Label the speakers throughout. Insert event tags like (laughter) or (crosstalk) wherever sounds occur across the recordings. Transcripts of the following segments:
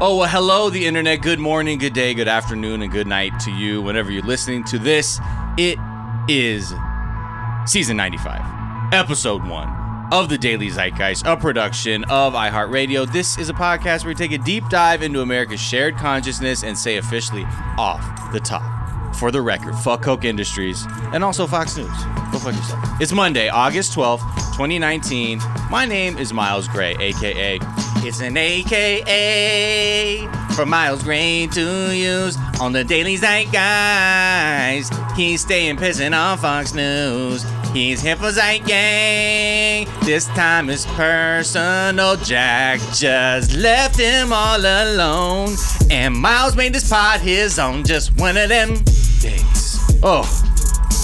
Speaker 1: Oh, well, hello, the internet. Good morning, good day, good afternoon, and good night to you whenever you're listening to this. It is season 95, episode 1 of the Daily Zeitgeist, a production of iHeartRadio. This is a podcast where we take a deep dive into America's shared consciousness and say officially off the top. For the record, fuck Coke Industries and also Fox News. Go fuck yourself. It's Monday, August 12th, 2019. My name is Miles Gray, aka It's an AKA from Miles Gray to use on the Daily Zeitgeist. He's staying pissing on Fox News. He's hip for Gang. This time is personal. Jack just left him all alone. And Miles made this pod his own. Just one of them days. Oh,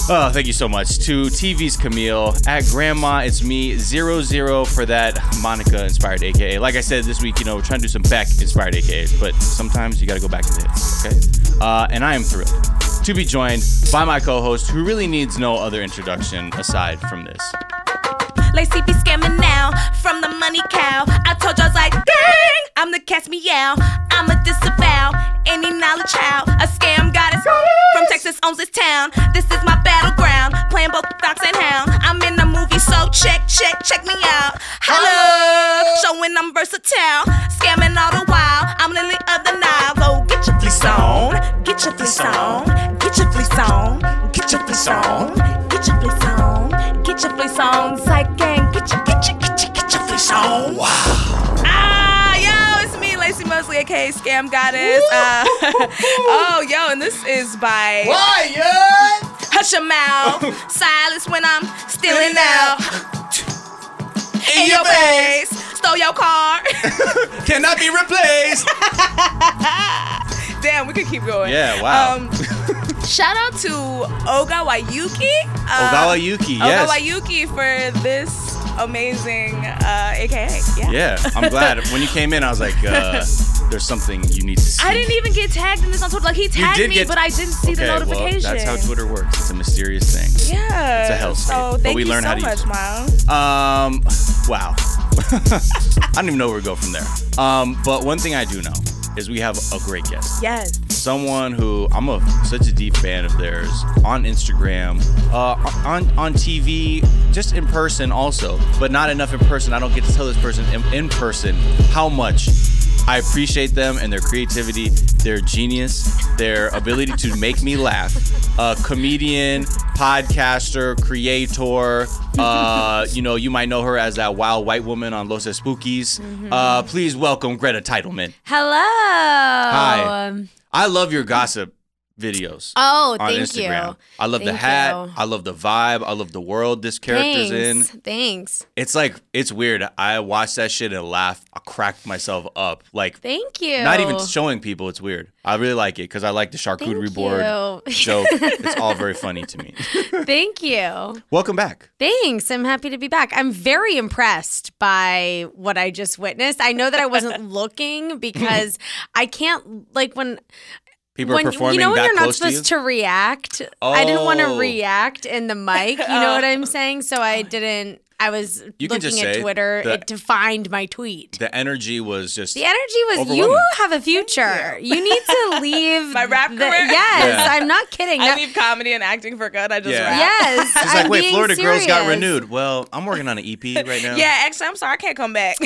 Speaker 1: Oh, thank you so much to TV's Camille at Grandma. It's me zero zero for that Monica inspired AKA. Like I said this week, you know we're trying to do some Beck inspired AKAs, but sometimes you got to go back to the hits, okay? Uh, and I am thrilled to be joined by my co-host, who really needs no other introduction aside from this.
Speaker 2: Lacey be scamming now from the money cow. I told y'all I was like, dang, I'm the cat's meow. I'm a disavow any knowledge how. A scam goddess from Texas owns this town. This is my battleground, playing both dogs and hound. I'm in the movie, so check, check, check me out. Hello, showing I'm versatile, scamming all the while. I'm Lily of the Nile. Go get your fleece on, get your fleece on, get your fleece on, get your fleece on, get your fleece on, get your fleece on, Psych gang, get your, get your, get your, get your fleece on. Ah, yo, it's me, Lacey Mosley, aka Scam Goddess. Uh, (laughs) oh, yo, and this is by Hush Your (laughs) Mouth, Silence When I'm Stealing Out in Your Face, Stole Your (laughs) Car.
Speaker 1: Cannot be replaced.
Speaker 2: (laughs) Damn, we could keep going.
Speaker 1: Yeah, wow. (laughs)
Speaker 2: Um, shout out to Ogawa Yuki.
Speaker 1: Ogawa Yuki, yes.
Speaker 2: Ogawa Yuki for this amazing uh, AKA. Yeah.
Speaker 1: Yeah, I'm glad. when you came in, I was like, uh, there's something you need to see.
Speaker 3: I didn't even get tagged in this on Twitter. Like he tagged me, but I didn't see the
Speaker 1: Okay, well,
Speaker 3: notification.
Speaker 1: that's how Twitter works. It's a mysterious thing.
Speaker 2: Yeah.
Speaker 1: It's a hell
Speaker 2: So
Speaker 1: state,
Speaker 2: thank
Speaker 1: but we
Speaker 2: you
Speaker 1: learn
Speaker 2: so
Speaker 1: how to
Speaker 2: much,
Speaker 1: use it.
Speaker 2: Miles.
Speaker 1: Um, wow. (laughs) I don't even know where to go from there. Um, but one thing I do know is we have a great guest.
Speaker 2: Yes.
Speaker 1: Someone who I'm a such a deep fan of theirs on Instagram, uh, on on TV, just in person also, but not enough in person. I don't get to tell this person in, in person how much I appreciate them and their creativity, their genius, their ability to make me laugh. A comedian, podcaster, creator. Uh, you know, you might know her as that wild white woman on Los Spookies. Uh, please welcome Greta Titleman.
Speaker 3: Hello.
Speaker 1: Hi.
Speaker 3: Um,
Speaker 1: I love your gossip videos.
Speaker 3: Oh,
Speaker 1: on
Speaker 3: thank
Speaker 1: Instagram.
Speaker 3: you.
Speaker 1: I love the
Speaker 3: Thank
Speaker 1: hat.
Speaker 3: you.
Speaker 1: I love the vibe. I love the world this character's
Speaker 3: Thanks.
Speaker 1: in.
Speaker 3: Thanks.
Speaker 1: It's like it's weird. I watched that shit and laughed. I cracked myself up. Like
Speaker 3: Thank you.
Speaker 1: not even showing people. It's weird. I really like it because I like the
Speaker 3: Thank
Speaker 1: charcuterie
Speaker 3: you.
Speaker 1: board
Speaker 3: (laughs)
Speaker 1: joke. It's all very funny to me.
Speaker 3: Thank you.
Speaker 1: Welcome back.
Speaker 3: Thanks. I'm happy to be back. I'm very impressed by what I just witnessed. I know that I
Speaker 1: (laughs)
Speaker 3: wasn't looking because I can't like when
Speaker 1: People
Speaker 3: when
Speaker 1: are performing
Speaker 3: you know when
Speaker 1: that
Speaker 3: you're not
Speaker 1: close to you.
Speaker 3: supposed to, react. I didn't want
Speaker 1: Oh.
Speaker 3: to react in the mic. You know
Speaker 1: (laughs)
Speaker 3: what I'm saying? So I didn't. I was
Speaker 1: You can just
Speaker 3: looking at
Speaker 1: say
Speaker 3: Twitter
Speaker 1: the-
Speaker 3: it to find my tweet.
Speaker 1: the energy was just
Speaker 3: The energy was you
Speaker 1: Overwhelming.
Speaker 3: have a future. You. need to
Speaker 2: (laughs)
Speaker 3: leave
Speaker 2: My rap
Speaker 3: the-
Speaker 2: career?
Speaker 3: yes,
Speaker 1: Yeah.
Speaker 3: I'm not kidding.
Speaker 2: I
Speaker 3: That-
Speaker 2: leave comedy and acting for good. I just
Speaker 1: Yeah.
Speaker 2: rap.
Speaker 3: yes,
Speaker 1: It's
Speaker 3: I'm
Speaker 1: like, wait,
Speaker 3: being
Speaker 1: Florida girls got
Speaker 3: serious.
Speaker 1: renewed. Well, I'm working on an EP right
Speaker 3: (laughs)
Speaker 1: now.
Speaker 2: Yeah, actually, I'm sorry, I can't come back.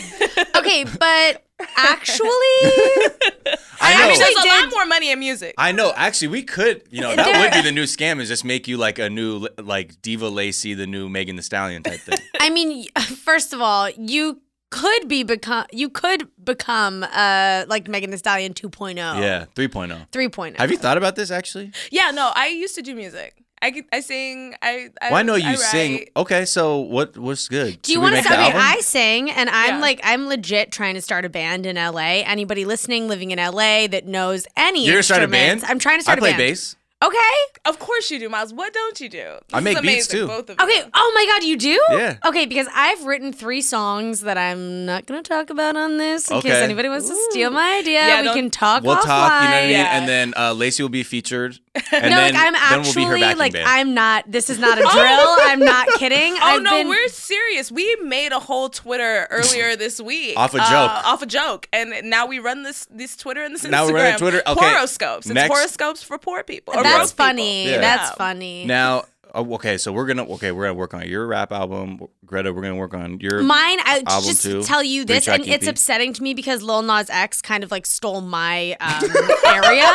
Speaker 3: Okay, but actually,
Speaker 1: I know.
Speaker 2: I mean, there's a
Speaker 3: did-
Speaker 2: lot more money in music.
Speaker 1: I know. Actually, we could. You know, that
Speaker 3: There-
Speaker 1: would be the new scam is just make you like a new like Diva Lacey, the new Megan the Stallion type
Speaker 3: (laughs)
Speaker 1: thing.
Speaker 3: I mean, first of all, you could be become you could become uh like Megan Thee Stallion oh, 2.0.
Speaker 1: Yeah, 3.0.
Speaker 3: 3.0.
Speaker 1: Have you thought about this actually?
Speaker 2: Yeah, no, I used to do music. I could, I sing. I. I
Speaker 1: Well, I know
Speaker 2: I
Speaker 1: you
Speaker 2: write.
Speaker 1: sing. Okay, so what what's good?
Speaker 3: Do you
Speaker 1: Should we
Speaker 3: want to
Speaker 1: make
Speaker 3: say
Speaker 1: the
Speaker 3: okay,
Speaker 1: album?
Speaker 3: I sing and I'm
Speaker 2: Yeah.
Speaker 3: like I'm legit trying to start a band in LA. Anybody listening living in LA that knows any
Speaker 1: You're gonna start a
Speaker 3: instruments?
Speaker 1: band?
Speaker 3: I'm trying to
Speaker 1: I
Speaker 3: start
Speaker 1: play
Speaker 3: a band.
Speaker 1: bass.
Speaker 3: Okay.
Speaker 2: Of course you do, Miles. What don't you do? This
Speaker 1: I make
Speaker 2: is
Speaker 1: beats,
Speaker 2: amazing,
Speaker 1: too.
Speaker 2: Both of
Speaker 3: Okay.
Speaker 2: you.
Speaker 3: Oh my God, you do?
Speaker 1: Yeah.
Speaker 3: Okay, because I've written three songs that I'm not gonna talk about on this in
Speaker 1: Okay.
Speaker 3: case anybody wants to steal my idea.
Speaker 2: Yeah,
Speaker 3: we
Speaker 2: don't-
Speaker 3: can talk
Speaker 1: We'll
Speaker 3: offline.
Speaker 1: talk, you know what I mean?
Speaker 2: Yeah.
Speaker 3: (laughs)
Speaker 1: And then uh, Lacey will be featured And
Speaker 3: no,
Speaker 1: then,
Speaker 3: like I'm
Speaker 1: then
Speaker 3: actually
Speaker 1: we'll be her backing
Speaker 3: like
Speaker 1: band. Oh,
Speaker 3: I'm not. This is
Speaker 1: (laughs)
Speaker 3: not a drill. I'm not kidding.
Speaker 2: Oh
Speaker 3: I've
Speaker 2: no,
Speaker 3: been-
Speaker 2: we're serious. We made a whole
Speaker 3: (laughs)
Speaker 2: Twitter earlier this week
Speaker 1: Off a
Speaker 2: uh,
Speaker 1: joke.
Speaker 2: off a joke, and now we run this this Twitter and this
Speaker 1: Now
Speaker 2: Instagram.
Speaker 1: we run a Twitter- okay,
Speaker 2: Horoscopes. It's
Speaker 1: next-
Speaker 2: horoscopes for poor people. or
Speaker 3: That's
Speaker 2: broke people.
Speaker 3: funny.
Speaker 1: Yeah.
Speaker 3: That's
Speaker 2: Yeah.
Speaker 3: funny.
Speaker 1: now oh, okay so we're gonna okay we're gonna work on your rap album greta we're gonna work on your
Speaker 3: Mine, I
Speaker 1: Album
Speaker 3: just
Speaker 1: two,
Speaker 3: tell you this,
Speaker 1: three-track
Speaker 3: and it's
Speaker 1: EP.
Speaker 3: upsetting to me because Lil Nas X kind of like stole my um, (laughs) area,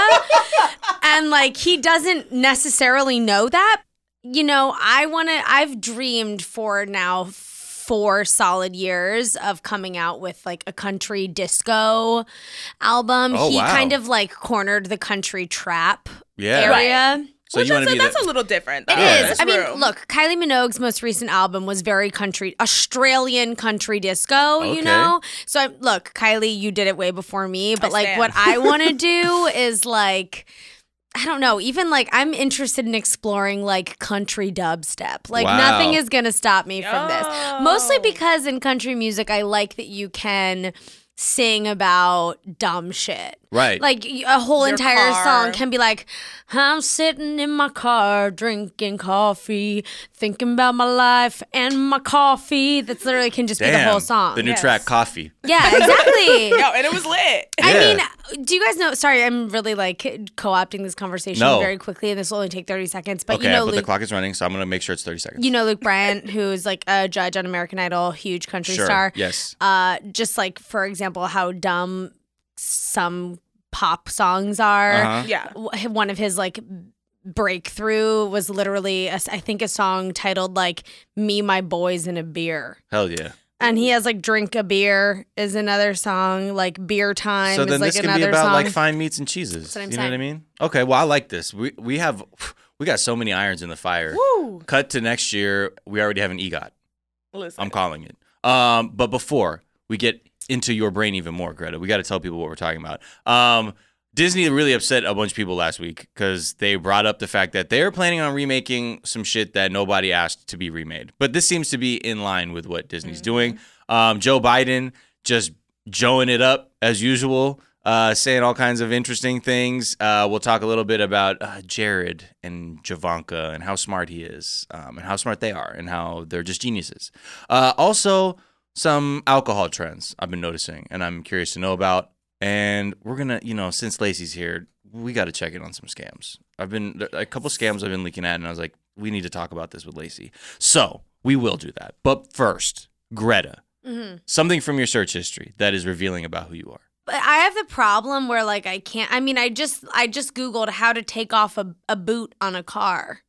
Speaker 3: and like he doesn't necessarily know that. You know, I want to. I've dreamed for now four solid years of coming out with like a country disco album.
Speaker 1: Oh,
Speaker 3: he
Speaker 1: wow.
Speaker 3: kind of like cornered the country trap
Speaker 1: yeah
Speaker 3: area.
Speaker 1: so
Speaker 2: Which
Speaker 1: you want
Speaker 2: is
Speaker 1: to
Speaker 2: a,
Speaker 1: be
Speaker 2: that's
Speaker 1: the,
Speaker 2: a little different.
Speaker 3: It
Speaker 2: though.
Speaker 1: Yeah.
Speaker 3: is.
Speaker 2: There's
Speaker 3: I mean,
Speaker 2: room.
Speaker 3: look, Kylie Minogue's most recent album was very country, Australian country disco,
Speaker 1: Okay.
Speaker 3: you know? So, I, look, Kylie, you did it way before me, but
Speaker 2: I
Speaker 3: like
Speaker 2: stand.
Speaker 3: what I want
Speaker 2: (laughs)
Speaker 3: to do is like, I don't know, even like I'm interested in exploring like country dubstep. Like
Speaker 1: Wow.
Speaker 3: nothing is going to stop me
Speaker 2: Yo.
Speaker 3: from this. Mostly because in country music, I like that you can sing about dumb shit.
Speaker 1: right
Speaker 3: Like y- a whole
Speaker 2: Your
Speaker 3: entire
Speaker 2: car.
Speaker 3: song can be like, I'm sitting in my car drinking coffee, thinking about my life and my coffee. That's literally can just be
Speaker 1: damn
Speaker 3: the whole song.
Speaker 1: the new
Speaker 2: Yes.
Speaker 1: track coffee
Speaker 3: yeah,
Speaker 1: (laughs)
Speaker 3: exactly.
Speaker 2: Yo, and it was lit.
Speaker 3: I
Speaker 1: Yeah.
Speaker 3: mean, do you guys know? Sorry, I'm really like co-opting this conversation
Speaker 1: No.
Speaker 3: very quickly, and this will only take 30 seconds. But
Speaker 1: okay
Speaker 3: you know,
Speaker 1: but the
Speaker 3: Luke,
Speaker 1: clock is running so i'm gonna make sure it's 30 seconds
Speaker 3: you know Luke Bryant, who is like a judge on American Idol, huge country
Speaker 1: sure
Speaker 3: star
Speaker 1: yes
Speaker 3: uh, just like for example, how dumb some pop songs are.
Speaker 1: Uh-huh.
Speaker 2: (laughs) Yeah.
Speaker 3: W- One of his like breakthrough was literally, a s I think, a song titled like "Me, My Boys, and a Beer."
Speaker 1: hell yeah
Speaker 3: And he has like "Drink a Beer" is another song. Like "Beer Time"
Speaker 1: so
Speaker 3: is
Speaker 1: then
Speaker 3: like
Speaker 1: this can
Speaker 3: another
Speaker 1: be about
Speaker 3: song.
Speaker 1: like fine meats and cheeses
Speaker 3: what I'm
Speaker 1: you know what i mean okay well i like this we we have (sighs) we got so many irons in the fire
Speaker 2: Woo.
Speaker 1: cut to next year we already have an egot
Speaker 2: Listen.
Speaker 1: I'm calling it. Um, but before we get into your brain even more, Greta, we got to tell people what we're talking about. Um, Disney really upset a bunch of people last week because they brought up the fact that they're planning on remaking some shit that nobody asked to be remade. But this seems to be in line with what Disney's doing. Um, Joe Biden just joeing it up as usual, uh, saying all kinds of interesting things. Uh, we'll talk a little bit about uh, Jared and Javanka and how smart he is, um, and how smart they are, and how they're just geniuses. Uh, also, some alcohol trends I've been noticing, and I'm curious to know about. And we're gonna, you know, since Lacey's here, we got to check in on some scams. I've been there- a couple scams I've been looking at, and I was like, we need to talk about this with Lacey. So we will do that. But first, Greta, something from your search history that is revealing about who you are.
Speaker 3: (laughs) But I have the problem where like I can't. I mean, I just I just googled how to take off a, a boot on a car.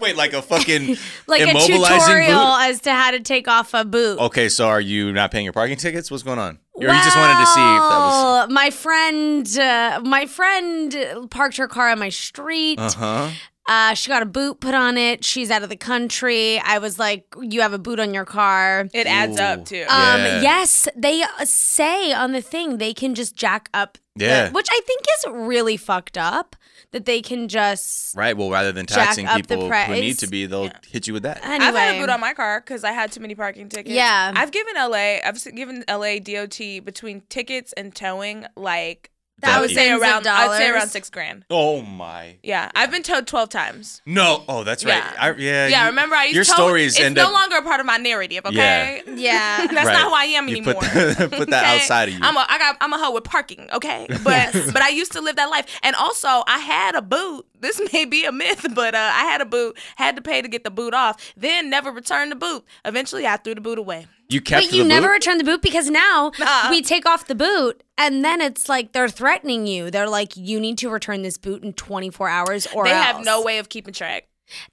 Speaker 1: Wait, like a fucking
Speaker 3: Like a
Speaker 1: Immobilizing
Speaker 3: tutorial
Speaker 1: boot?
Speaker 3: as to how to take off a boot.
Speaker 1: (laughs) Okay, so are you not paying your parking tickets? What's going on? Or you just wanted to see if that was
Speaker 3: Well, my friend, uh, my friend parked her car on my street.
Speaker 1: Uh huh.
Speaker 3: Uh, she got a boot put on it. She's out of the country. I was like, "You have a boot on your car."
Speaker 2: It adds
Speaker 1: Ooh.
Speaker 2: up too.
Speaker 1: Uh,
Speaker 3: Um,
Speaker 1: Yeah.
Speaker 3: yes, they uh, say on the thing they can just jack up. the-
Speaker 1: Yeah.
Speaker 3: which I think is really fucked up that they can just.
Speaker 1: Right. Well, rather than
Speaker 3: Jack
Speaker 1: taxing
Speaker 3: up the
Speaker 1: people who
Speaker 3: price.
Speaker 1: need to be, they'll hit you with that.
Speaker 3: Anyway,
Speaker 2: I've had a boot on my car because I had too many parking tickets.
Speaker 3: Yeah.
Speaker 2: I've given LA, I've s- given LA DOT between tickets and towing, like I would
Speaker 1: Dozens
Speaker 2: say
Speaker 3: of
Speaker 2: around, I'd say
Speaker 3: dollars.
Speaker 2: around six grand.
Speaker 1: Oh my.
Speaker 2: Yeah, I've been towed twelve times.
Speaker 1: No. Oh, that's right.
Speaker 2: Yeah.
Speaker 1: I, yeah.
Speaker 2: yeah,
Speaker 1: you-
Speaker 2: remember I used
Speaker 1: your
Speaker 2: to tow-
Speaker 1: stories
Speaker 2: It's
Speaker 1: end
Speaker 2: no
Speaker 1: up.
Speaker 2: longer a part of my narrative.
Speaker 1: (laughs)
Speaker 2: Okay, (laughs)
Speaker 3: yeah.
Speaker 2: that's
Speaker 1: Right.
Speaker 2: not who I am
Speaker 1: You
Speaker 2: anymore.
Speaker 1: put that- (laughs) put that outside of you.
Speaker 2: I'm a, I got, I'm a hoe with parking.
Speaker 1: (laughs)
Speaker 2: Okay, but but I used to live that life, and also I had a boot. This (laughs) may be a myth, but uh, I had a boot. Had to pay to get the boot off. Then never returned the boot. Eventually, I threw the boot away.
Speaker 1: you kept
Speaker 3: But you
Speaker 1: the
Speaker 3: never
Speaker 1: boot?
Speaker 3: return the boot because now
Speaker 2: Nah.
Speaker 3: we take off the boot and then it's like they're threatening you. They're like, you need to return this boot in 24 hours or
Speaker 2: They
Speaker 3: else.
Speaker 2: have no way of keeping track.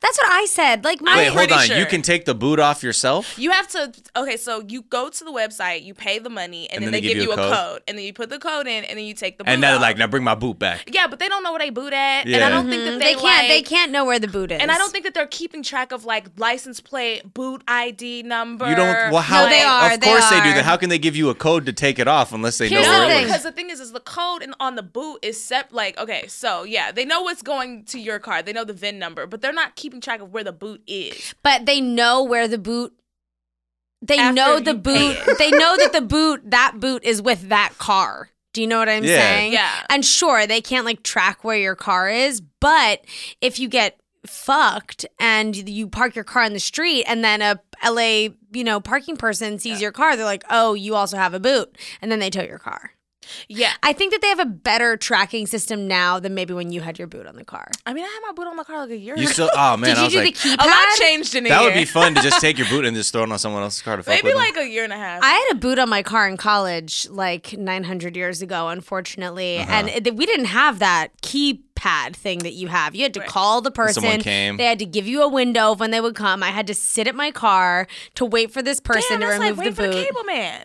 Speaker 3: That's what I said. Like my
Speaker 1: Wait, hold
Speaker 2: pretty
Speaker 1: on.
Speaker 2: sure.
Speaker 1: You can take the boot off yourself.
Speaker 2: You have to okay, so you go to the website, you pay the money, and, then, they, give, you a code. and then you put the code in, and then you take the boot
Speaker 1: And now they're
Speaker 2: off.
Speaker 1: like, now bring my boot back.
Speaker 2: yeah, but they don't know where they boot at, and
Speaker 1: Yeah.
Speaker 2: I don't think that they,
Speaker 3: Mm-hmm. Mm, they
Speaker 2: like-
Speaker 3: can't they can't know where the boot is.
Speaker 2: And I don't think that they're keeping track of like license plate, boot ID number.
Speaker 1: You don't. Well, how?
Speaker 3: No, they are,
Speaker 1: Of
Speaker 3: they
Speaker 1: course they do
Speaker 3: are.
Speaker 1: that. How can they give you a code to take it off unless they
Speaker 3: Here's
Speaker 1: know
Speaker 3: the
Speaker 1: where it
Speaker 2: No,
Speaker 3: thing.
Speaker 1: was?
Speaker 2: because the thing is, is the code and on the boot is set like okay, so yeah, they know what's going to your car, they know the VIN number, but they're not keeping track of where the boot is.
Speaker 3: but they know where the boot they
Speaker 2: After
Speaker 3: know the
Speaker 2: you pay
Speaker 3: boot they know that the boot that boot is with that car. Do you know what I'm
Speaker 1: Yeah.
Speaker 3: saying?
Speaker 4: Yeah.
Speaker 3: And sure, they can't like track where your car is, but if you get fucked and you park your car in the street and then a LA, you know, parking person sees your car, they're like, "Oh, you also have a boot." And then they tow your car.
Speaker 4: Yeah.
Speaker 3: I think that they have a better tracking system now than maybe when you had your boot on the car.
Speaker 4: I mean, I had my boot on my car like a year
Speaker 1: You
Speaker 4: ago.
Speaker 1: still? Oh man,
Speaker 3: (laughs) Did
Speaker 1: I
Speaker 3: you
Speaker 1: was
Speaker 3: do
Speaker 1: like,
Speaker 3: the keypad?
Speaker 4: a lot changed in a
Speaker 1: that
Speaker 4: year.
Speaker 1: would be fun to
Speaker 3: (laughs)
Speaker 1: just take your boot and just throw it on someone else's car to fuck
Speaker 4: Maybe
Speaker 1: with them.
Speaker 4: like a year and a half.
Speaker 3: I had a boot on my car in college like 900 years ago, unfortunately.
Speaker 1: Uh-huh.
Speaker 3: And it, we didn't have that keypad thing that you have. You had to
Speaker 4: Right.
Speaker 3: call the person.
Speaker 1: someone came.
Speaker 3: They had to give you a window of when they would come. I had to sit at my car to wait for this
Speaker 4: Damn,
Speaker 3: person to
Speaker 4: that's like
Speaker 3: remove
Speaker 4: wait
Speaker 3: the
Speaker 4: for
Speaker 3: boot.
Speaker 4: the cable man.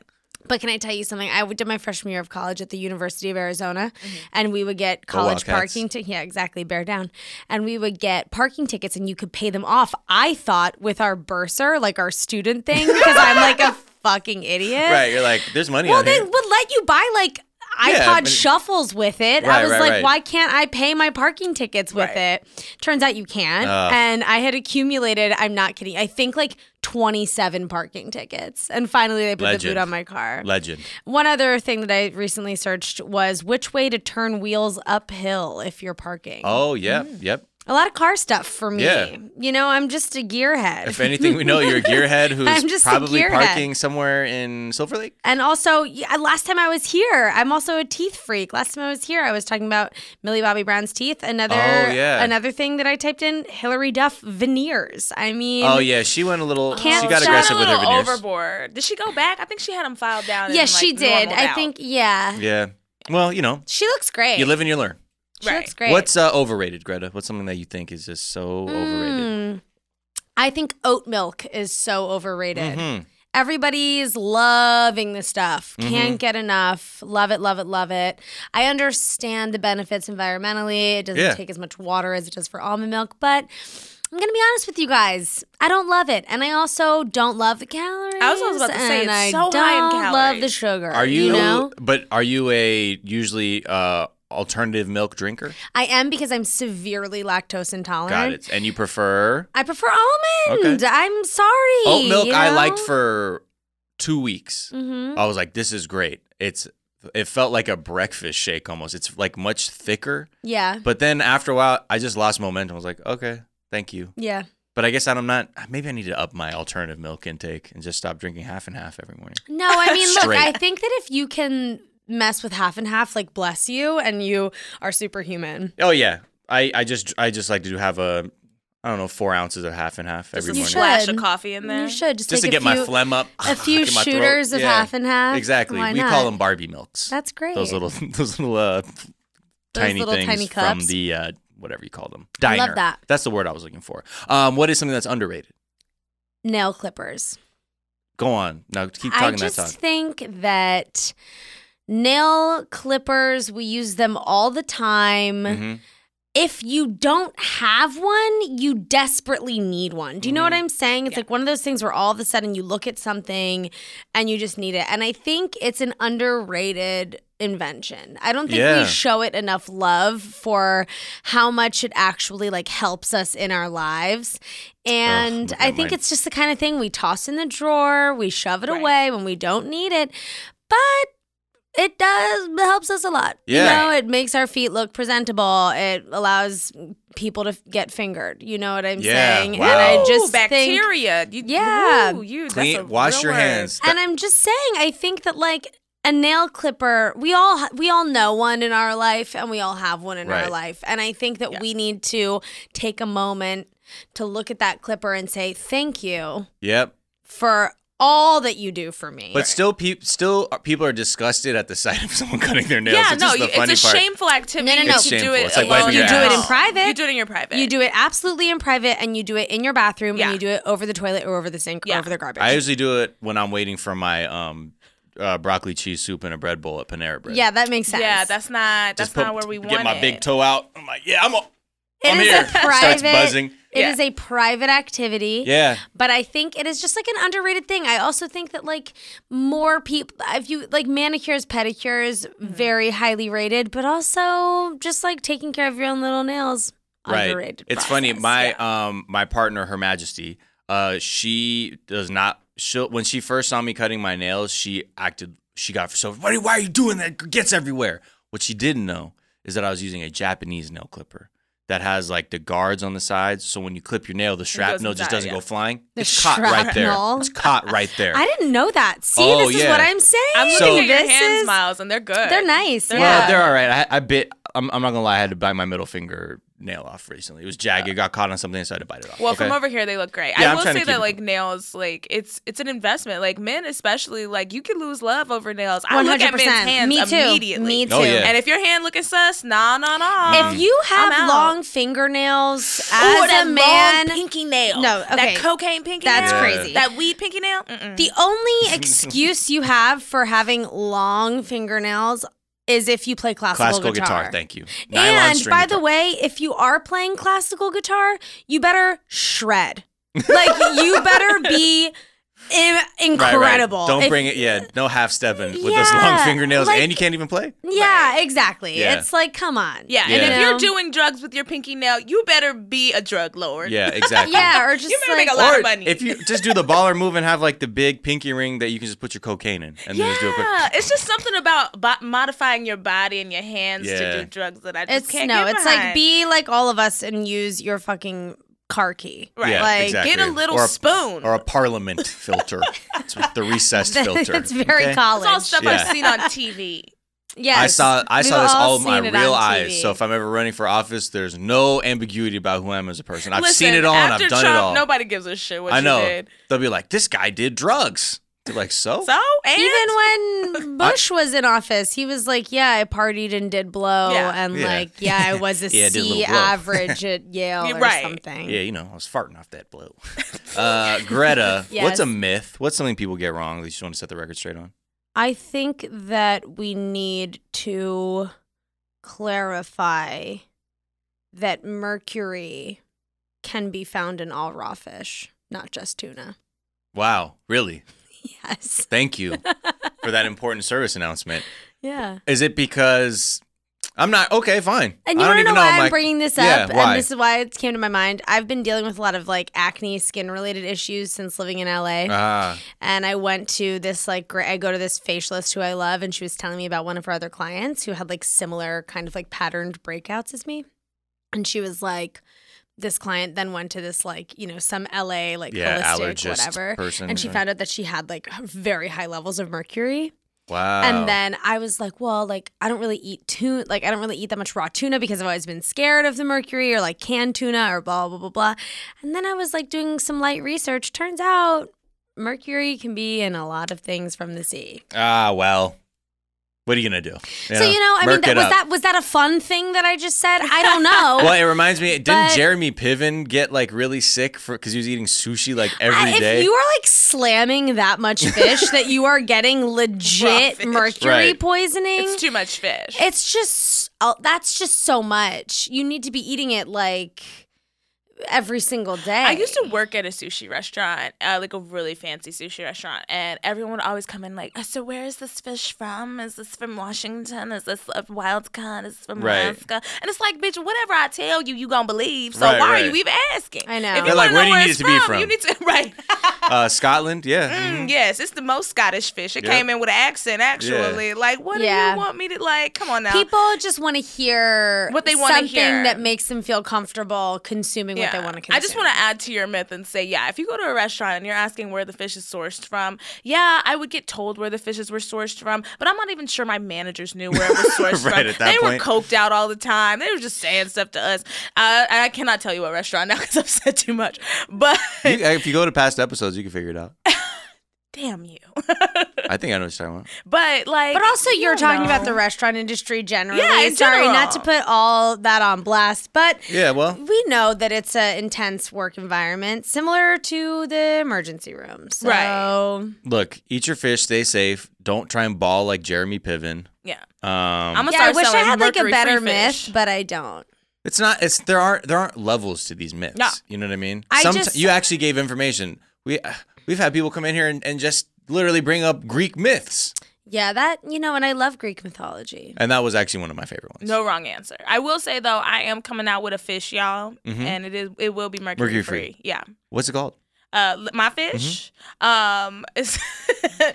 Speaker 3: But can I tell you something? I did my freshman year of college at the University of Arizona,
Speaker 4: Mm-hmm.
Speaker 3: and we would get
Speaker 1: Go
Speaker 3: college
Speaker 1: Wildcats.
Speaker 3: parking tickets. Yeah, exactly. Bear down. And we would get parking tickets, and you could pay them off. I thought with our bursar, like our student thing, because I'm like a (laughs) fucking idiot.
Speaker 1: right? You're like, there's money
Speaker 3: Well,
Speaker 1: on
Speaker 3: they
Speaker 1: here.
Speaker 3: would let you buy like iPod
Speaker 1: Yeah, but-
Speaker 3: shuffles with it.
Speaker 1: Right,
Speaker 3: I was
Speaker 1: right,
Speaker 3: like,
Speaker 1: right.
Speaker 3: why can't I pay my parking tickets with
Speaker 4: Right.
Speaker 3: it? Turns out you can.
Speaker 1: Ugh.
Speaker 3: and I had accumulated, I'm not kidding, I think like 27 parking tickets. And finally, they put
Speaker 1: Legend.
Speaker 3: the boot on my car.
Speaker 1: Legend.
Speaker 3: One other thing that I recently searched was which way to turn wheels uphill if you're parking.
Speaker 1: Oh yeah,
Speaker 3: Mm.
Speaker 1: yep.
Speaker 3: A lot of car stuff for me.
Speaker 1: Yeah.
Speaker 3: You know, I'm just a gearhead.
Speaker 1: If anything, we know you're
Speaker 3: (laughs)
Speaker 1: a gearhead
Speaker 3: I'm
Speaker 1: who's
Speaker 3: just a
Speaker 1: probably
Speaker 3: gearhead.
Speaker 1: parking somewhere in Silver Lake.
Speaker 3: And also, yeah, last time I was here, I'm also a teeth freak. Last time I was here, I was talking about Millie Bobby Brown's teeth. Another
Speaker 1: Oh, yeah.
Speaker 3: another thing that I typed in: Hillary Duff veneers. I mean,
Speaker 1: Oh yeah, she went a little.
Speaker 3: Can't
Speaker 1: she got
Speaker 3: shut
Speaker 4: She
Speaker 1: aggressive
Speaker 4: went
Speaker 1: with
Speaker 4: a
Speaker 1: her
Speaker 4: little
Speaker 1: veneers.
Speaker 4: overboard. Did she go back? I think she had them filed down. and,
Speaker 3: yes,
Speaker 4: like,
Speaker 3: she did.
Speaker 4: normaled
Speaker 3: I
Speaker 4: out.
Speaker 3: think, yeah.
Speaker 1: Yeah. Well, you know,
Speaker 3: she looks great.
Speaker 1: you live and you learn.
Speaker 3: she looks
Speaker 4: Right.
Speaker 3: great.
Speaker 1: What's uh, overrated, Greta? What's something that you think is just so overrated?
Speaker 3: Mm. I think oat milk is so overrated.
Speaker 1: Mhm.
Speaker 3: Everybody's loving the stuff.
Speaker 1: Mm-hmm.
Speaker 3: Can't get enough. Love it, love it, love it. I understand the benefits environmentally. It doesn't
Speaker 1: Yeah.
Speaker 3: take as much water as it does for almond milk, but I'm gonna be honest with you guys. I don't love it, and I also don't love the calories.
Speaker 4: I was about to say,
Speaker 3: and
Speaker 4: it's
Speaker 3: I
Speaker 4: so
Speaker 3: don't
Speaker 4: high in
Speaker 3: love the
Speaker 4: calories.
Speaker 3: sugar.
Speaker 1: Are you?
Speaker 3: know?
Speaker 1: But are you a usually uh, alternative milk drinker?
Speaker 3: I am because I'm severely lactose intolerant.
Speaker 1: Got it. And you prefer
Speaker 3: I prefer almond.
Speaker 1: Okay.
Speaker 3: I'm sorry.
Speaker 1: oat milk?
Speaker 3: you
Speaker 1: I
Speaker 3: know?
Speaker 1: liked for two weeks.
Speaker 3: Mhm.
Speaker 1: I was like, this is great. It's it felt like a breakfast shake almost. It's like much thicker.
Speaker 3: Yeah.
Speaker 1: But then after a while, I just lost momentum. I was like, okay, thank you.
Speaker 3: Yeah.
Speaker 1: But I guess I'm not. uh, Maybe I need to up my alternative milk intake and just stop drinking half and half every morning.
Speaker 3: No, I mean, look,
Speaker 1: Straight.
Speaker 3: I think that if you can mess with half and half, like, bless you, and you are superhuman.
Speaker 1: Oh yeah, I I just I just like to have a I don't know four ounces of half and half every
Speaker 4: Just
Speaker 3: you
Speaker 4: a
Speaker 1: morning.
Speaker 4: splash
Speaker 3: should.
Speaker 4: of coffee in there.
Speaker 3: You should just,
Speaker 1: Just to
Speaker 3: take
Speaker 1: get
Speaker 3: a
Speaker 1: my
Speaker 3: few,
Speaker 1: phlegm up. (laughs)
Speaker 3: a
Speaker 1: (sighs)
Speaker 3: few
Speaker 1: in my throat.
Speaker 3: shooters of
Speaker 1: Yeah.
Speaker 3: half and half.
Speaker 1: Exactly.
Speaker 3: Why
Speaker 1: we
Speaker 3: not?
Speaker 1: call them Barbie milks.
Speaker 3: That's great.
Speaker 1: those little (laughs) those little uh, tiny
Speaker 3: little
Speaker 1: things
Speaker 3: tiny
Speaker 1: from
Speaker 3: cups.
Speaker 1: the uh, whatever you call them.
Speaker 3: I
Speaker 1: Diner.
Speaker 3: love that.
Speaker 1: That's the word I was looking for. Um, what is something that's underrated?
Speaker 3: nail clippers.
Speaker 1: Go on. Now keep
Speaker 3: I
Speaker 1: talking
Speaker 3: just
Speaker 1: that talk.
Speaker 3: think that nail clippers, we use them all the time.
Speaker 1: Mhm.
Speaker 3: if you don't have one, you desperately need one. Do you know what
Speaker 1: Mm-hmm.
Speaker 3: I'm saying? It's like one of those things where all of a sudden you look at something and you just need it. And I think it's an underrated invention. I don't think
Speaker 1: Yeah.
Speaker 3: we show it enough love for how much it actually like helps us in our lives. And
Speaker 1: looking
Speaker 3: I
Speaker 1: at
Speaker 3: think
Speaker 1: mine.
Speaker 3: it's just the kind of thing we toss in the drawer, we shove it
Speaker 4: Right.
Speaker 3: away when we don't need it. But it does it helps us a lot.
Speaker 1: Yeah.
Speaker 3: You know, it makes our feet look presentable. It allows people to f- get fingered. You know what I'm
Speaker 1: Yeah,
Speaker 3: saying?
Speaker 1: wow.
Speaker 3: And I just
Speaker 4: Ooh,
Speaker 3: think
Speaker 4: bacteria. You,
Speaker 3: Yeah.
Speaker 4: ooh, you.
Speaker 1: Clean-
Speaker 4: that's a
Speaker 1: wash
Speaker 4: real
Speaker 1: your
Speaker 4: word.
Speaker 1: hands.
Speaker 3: and I'm just saying I think that like a nail clipper, we all ha- we all know one in our life and we all have one in our
Speaker 1: Right.
Speaker 3: life. And I think that
Speaker 4: Yeah.
Speaker 3: we need to take a moment to look at that clipper and say thank you
Speaker 1: Yep.
Speaker 3: for all that you do for me.
Speaker 1: But still, peop still uh, people are disgusted at the sight of (laughs) someone cutting their nails.
Speaker 4: Yeah,
Speaker 1: which
Speaker 4: no,
Speaker 1: is the
Speaker 4: you-
Speaker 1: funny
Speaker 4: it's a
Speaker 1: part.
Speaker 4: shameful activity.
Speaker 3: No, no,
Speaker 4: You
Speaker 3: no.
Speaker 4: should
Speaker 3: It's
Speaker 1: shameful.
Speaker 4: Do it
Speaker 1: It's like
Speaker 4: alone.
Speaker 1: wiping your
Speaker 4: You do it in
Speaker 1: ass.
Speaker 4: private.
Speaker 3: private.
Speaker 4: You do it in your private.
Speaker 3: you do it absolutely in private and you do it in your bathroom
Speaker 4: Yeah.
Speaker 3: and you do it over the toilet or over the sink
Speaker 4: Yeah.
Speaker 3: or over the garbage.
Speaker 1: I usually do it when I'm waiting for my um, uh, broccoli cheese soup and a bread bowl at Panera Bread.
Speaker 3: yeah, that makes sense.
Speaker 4: Yeah, that's not. That's
Speaker 1: Just put-
Speaker 4: not where we want
Speaker 1: Get my
Speaker 4: it.
Speaker 1: big toe out. I'm like, yeah, I'm. A,
Speaker 3: It
Speaker 1: I'm
Speaker 3: is
Speaker 1: here.
Speaker 3: a private.
Speaker 1: Starts buzzing.
Speaker 3: it
Speaker 4: Yeah.
Speaker 3: is a private activity.
Speaker 1: Yeah.
Speaker 3: But I think it is just like an underrated thing. I also think that like more people, if you like manicures, pedicures,
Speaker 2: Mm-hmm.
Speaker 3: very highly rated, but also just like taking care of your own little nails.
Speaker 1: Right.
Speaker 3: Underrated.
Speaker 1: It's
Speaker 3: process.
Speaker 1: funny. My
Speaker 3: Yeah.
Speaker 1: um my partner, Her Majesty, uh, she does not. She will when she first saw me cutting my nails, she acted she got for so why, why are you doing that? It gets everywhere. What she didn't know is that I was using a Japanese nail clipper that has like the guards on the sides. So when you clip your nail, the shrapnel just
Speaker 2: inside,
Speaker 1: doesn't
Speaker 2: yeah.
Speaker 1: go flying.
Speaker 3: The
Speaker 1: it's caught right there.
Speaker 3: shrapnel.
Speaker 1: It's caught
Speaker 3: (laughs)
Speaker 1: right there.
Speaker 3: I didn't know that. See,
Speaker 1: Oh,
Speaker 3: this is
Speaker 1: yeah.
Speaker 3: what I'm saying.
Speaker 2: I'm
Speaker 1: So-
Speaker 2: looking at your
Speaker 3: This
Speaker 2: hands,
Speaker 3: is-
Speaker 2: Miles, and they're good.
Speaker 3: They're nice.
Speaker 2: They're
Speaker 3: yeah.
Speaker 1: Well, they're all right. I, I bit. I'm, I'm not gonna lie. I had to bite my middle finger nail off recently. It was jagged. It got caught on something, so I had to bite it off.
Speaker 2: Well,
Speaker 1: okay?
Speaker 2: from over here, they look great.
Speaker 1: Yeah,
Speaker 2: I
Speaker 1: I'm
Speaker 2: will
Speaker 1: trying to
Speaker 2: say
Speaker 1: keep-
Speaker 2: that like nails, like it's it's an investment. Like men, especially, like you can lose love over nails. I look at men's
Speaker 3: 100%.
Speaker 2: hands
Speaker 3: Me too.
Speaker 2: immediately.
Speaker 3: Me too.
Speaker 1: Oh, yeah. Mm-hmm.
Speaker 2: And if your hand looking sus, nah, nah, nah.
Speaker 1: Mm.
Speaker 3: If you
Speaker 2: I'm
Speaker 3: have
Speaker 2: out.
Speaker 3: long fingernails
Speaker 2: Ooh,
Speaker 3: as
Speaker 2: that
Speaker 3: a man,
Speaker 2: long pinky nail,
Speaker 3: No, okay.
Speaker 2: that cocaine pinky
Speaker 3: that's
Speaker 1: Yeah.
Speaker 2: nail,
Speaker 3: crazy.
Speaker 2: that weed pinky nail. Mm-mm.
Speaker 3: the
Speaker 1: (laughs)
Speaker 3: only excuse you have for having long fingernails is if you play classical,
Speaker 1: classical guitar.
Speaker 3: guitar.
Speaker 1: Thank you. Nylon
Speaker 3: And
Speaker 1: string
Speaker 3: by
Speaker 1: guitar.
Speaker 3: the way, if you are playing classical guitar, you better shred. Like you better
Speaker 1: (laughs)
Speaker 3: be i-
Speaker 1: Right, right.
Speaker 3: incredible.
Speaker 1: Don't
Speaker 3: If-
Speaker 1: bring it. Yeah, no half stepping with those long
Speaker 3: Yeah,
Speaker 1: fingernails,
Speaker 3: like-
Speaker 1: and you can't even play.
Speaker 3: Yeah, exactly.
Speaker 1: Yeah.
Speaker 3: It's like, come on.
Speaker 2: yeah.
Speaker 1: Yeah.
Speaker 2: And if
Speaker 3: No.
Speaker 2: you're doing drugs with your pinky nail, you better be a drug lord.
Speaker 1: Yeah, exactly.
Speaker 3: Yeah, or just
Speaker 2: You better
Speaker 3: like,
Speaker 2: make a lot of
Speaker 1: Or
Speaker 2: money.
Speaker 1: If you just do the baller move and have like the big pinky ring that you can just put your cocaine in, and then just do a quick.
Speaker 2: Yeah, it's just something about bo- modifying your body and your hands
Speaker 1: Yeah.
Speaker 2: to do drugs that I just
Speaker 3: It's
Speaker 2: can't
Speaker 3: no,
Speaker 2: get
Speaker 3: it's like
Speaker 2: behind.
Speaker 3: be like all of us and use your fucking car key.
Speaker 2: Right.
Speaker 1: Yeah,
Speaker 3: like,
Speaker 1: exactly.
Speaker 2: Get a little
Speaker 1: Or a-
Speaker 2: spoon.
Speaker 1: Or a parliament filter. It's with the
Speaker 3: (laughs)
Speaker 1: recessed filter.
Speaker 3: It's very
Speaker 1: okay?
Speaker 3: college.
Speaker 2: it's all stuff I've
Speaker 1: Yeah.
Speaker 2: seen on TV.
Speaker 3: Yes.
Speaker 1: I saw I
Speaker 3: We've
Speaker 1: saw this all with my
Speaker 3: seen it on
Speaker 1: real eyes.
Speaker 3: TV.
Speaker 1: So if I'm ever running for office, there's no ambiguity about who I am as a person. (laughs) I've
Speaker 2: Listen,
Speaker 1: seen it all and
Speaker 2: after
Speaker 1: I've done
Speaker 2: Trump,
Speaker 1: it all.
Speaker 2: Nobody gives a shit what
Speaker 1: I know.
Speaker 2: you did.
Speaker 1: They'll be like, "This guy did drugs." They're like, "So?"
Speaker 2: So and
Speaker 3: even when Bush was in office, he was like, "Yeah, I partied and did blow,
Speaker 2: Yeah.
Speaker 3: and
Speaker 1: Yeah.
Speaker 3: like, yeah, I was a
Speaker 1: Yeah, I did a
Speaker 3: C
Speaker 1: little blow."
Speaker 3: average at Yale or
Speaker 2: Right.
Speaker 3: something."
Speaker 1: yeah, you know, I was farting off that
Speaker 3: (laughs)
Speaker 1: blow. Uh, Greta,
Speaker 3: Yes.
Speaker 1: what's a myth? What's something people get wrong? At least you want to set the record straight on.
Speaker 3: I think that we need to clarify that mercury can be found in all raw fish, not just tuna. (laughs)
Speaker 1: Wow, really?
Speaker 3: Yes.
Speaker 1: Thank
Speaker 3: (laughs)
Speaker 1: you for that important service announcement.
Speaker 3: Yeah.
Speaker 1: Is it because I'm not okay? Fine.
Speaker 3: And you
Speaker 1: I
Speaker 3: want
Speaker 1: don't
Speaker 3: to know
Speaker 1: even
Speaker 3: why
Speaker 1: my-
Speaker 3: I'm bringing this up?
Speaker 1: Yeah, why?
Speaker 3: And this is why it came to my mind. I've been dealing with a lot of like acne, skin related issues since living in LA.
Speaker 1: Ah,
Speaker 3: and I went to this like gr- I go to this facialist who I love, and she was telling me about one of her other clients who had like similar kind of like patterned breakouts as me, and she was like, this client then went to this like you know some LA like
Speaker 1: yeah,
Speaker 3: holistic
Speaker 1: allergist
Speaker 3: whatever.
Speaker 1: person.
Speaker 3: And she found out that she had like very high levels of mercury.
Speaker 1: Wow.
Speaker 3: And then I was like, well, like I don't really eat tuna, like I don't really eat that much raw tuna because I've always been scared of the mercury or like canned tuna or blah blah blah blah. And then I was like doing some light research. Turns out mercury can be in a lot of things from the sea.
Speaker 1: Ah, well. What are you gonna do?
Speaker 3: So you know, I mean,
Speaker 1: murk
Speaker 3: that,
Speaker 1: it
Speaker 3: was
Speaker 1: up.
Speaker 3: that was that a fun thing that I just said? I
Speaker 1: (laughs)
Speaker 3: don't know.
Speaker 1: Well, it reminds me. Didn't
Speaker 3: But-
Speaker 1: Jeremy Piven get like really sick for because he was eating sushi like
Speaker 3: I-
Speaker 1: every day?
Speaker 3: if you are like slamming that much fish that you are
Speaker 1: (laughs)
Speaker 3: getting legit
Speaker 2: fish.
Speaker 3: mercury
Speaker 1: Right.
Speaker 3: poisoning,
Speaker 2: it's too much fish.
Speaker 3: It's just oh, that's just so much. You need to be eating it like every single day.
Speaker 2: I used to work at a sushi restaurant, uh, like a really fancy sushi restaurant, and everyone would always come in like, "Uh, "So where is this fish from? Is this from Washington? Is this a wild cod? Is this from
Speaker 1: Right.
Speaker 2: Alaska?" And it's like, "Bitch, whatever I tell you, you gonna believe. So
Speaker 1: Right,
Speaker 2: why
Speaker 1: right.
Speaker 2: are you even asking?
Speaker 3: I know.
Speaker 2: If you
Speaker 3: They're
Speaker 1: like,
Speaker 2: wanna
Speaker 1: "Where
Speaker 2: know
Speaker 1: do you need it to be from?"
Speaker 2: You need to (laughs) right.
Speaker 1: uh, Scotland, yeah. mm-hmm.
Speaker 2: Mm, yes, it's the most Scottish fish. It
Speaker 1: Yep.
Speaker 2: came in with an accent, actually. Like, what do
Speaker 3: Yeah.
Speaker 2: you want me to like? Come on now.
Speaker 3: People just want to hear
Speaker 2: What they wanna
Speaker 3: something
Speaker 2: hear.
Speaker 3: that makes them feel comfortable consuming what they want to consume.
Speaker 2: I just want to add to your myth and say, yeah, if you go to a restaurant and you're asking where the fish is sourced from, yeah, I would get told where the fishes were sourced from, but I'm not even sure my managers knew where it
Speaker 3: (laughs)
Speaker 2: was sourced
Speaker 1: Right,
Speaker 2: from.
Speaker 1: at that
Speaker 2: they
Speaker 1: point.
Speaker 2: were coked out all the time. They were just saying stuff to us. Uh, I cannot tell you what restaurant now (laughs) because I've said too much. But (laughs)
Speaker 1: You- uh, if you go to past episodes, you can figure it out.
Speaker 2: damn you.
Speaker 1: I think I know what you're talking about.
Speaker 2: But like,
Speaker 3: but also,
Speaker 2: you
Speaker 3: you're
Speaker 2: don't
Speaker 3: talking
Speaker 2: know.
Speaker 3: about the restaurant industry generally.
Speaker 2: Yeah, in
Speaker 3: Sorry,
Speaker 2: general.
Speaker 3: not to put all that on blast, but
Speaker 1: Yeah, well,
Speaker 3: we know that it's an intense work environment, similar to the emergency room. So,
Speaker 2: Right.
Speaker 1: look, eat your fish, stay safe. Don't try and ball like Jeremy Piven.
Speaker 2: Yeah.
Speaker 1: Um,
Speaker 2: I'm a-
Speaker 3: yeah, I
Speaker 2: start
Speaker 3: wish I
Speaker 2: selling
Speaker 3: had like a
Speaker 2: mercury-free
Speaker 3: better
Speaker 2: fish.
Speaker 3: myth, but I don't.
Speaker 1: it's not. It's there aren't there aren't levels to these myths.
Speaker 2: No.
Speaker 1: You know what I mean?
Speaker 3: I
Speaker 1: Somet-
Speaker 3: just-
Speaker 1: you actually gave information. We uh, we've had people come in here and, and just literally bring up Greek myths,
Speaker 3: Yeah, that you know, and I love Greek mythology.
Speaker 1: and that was actually one of my favorite ones.
Speaker 2: No wrong answer. I will say though, I am coming out with a fish, y'all,
Speaker 1: Mhm.
Speaker 3: Mm-hmm.
Speaker 2: and it is it will be mercury,
Speaker 1: Mercury free.
Speaker 2: free. Yeah.
Speaker 1: What's it called?
Speaker 2: uh, Li-
Speaker 1: Mm-hmm.
Speaker 2: My Fish. Um, (laughs) it's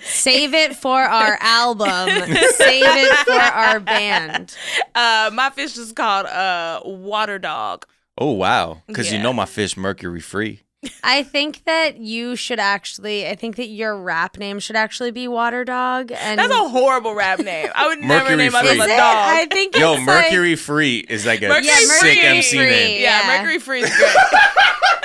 Speaker 3: Save it for (laughs) our album. Save it for our band.
Speaker 2: uh, My Fish is called uh, Water Dog.
Speaker 1: Oh wow, because you
Speaker 2: Yeah.
Speaker 1: know my fish mercury free.
Speaker 3: I think that you should actually. I think that your rap name should actually be Water Dog. And
Speaker 2: That's a horrible rap name. I would never
Speaker 1: Mercury
Speaker 2: name my
Speaker 1: free.
Speaker 2: baby a
Speaker 1: Is
Speaker 2: dog.
Speaker 1: it?
Speaker 3: I think
Speaker 1: Yo,
Speaker 3: it's
Speaker 1: mercury free is like a
Speaker 2: Mercury
Speaker 1: sick
Speaker 2: Free.
Speaker 1: MC name.
Speaker 3: Free.
Speaker 2: yeah,
Speaker 3: yeah.
Speaker 2: Mercury Free is great.
Speaker 3: Like,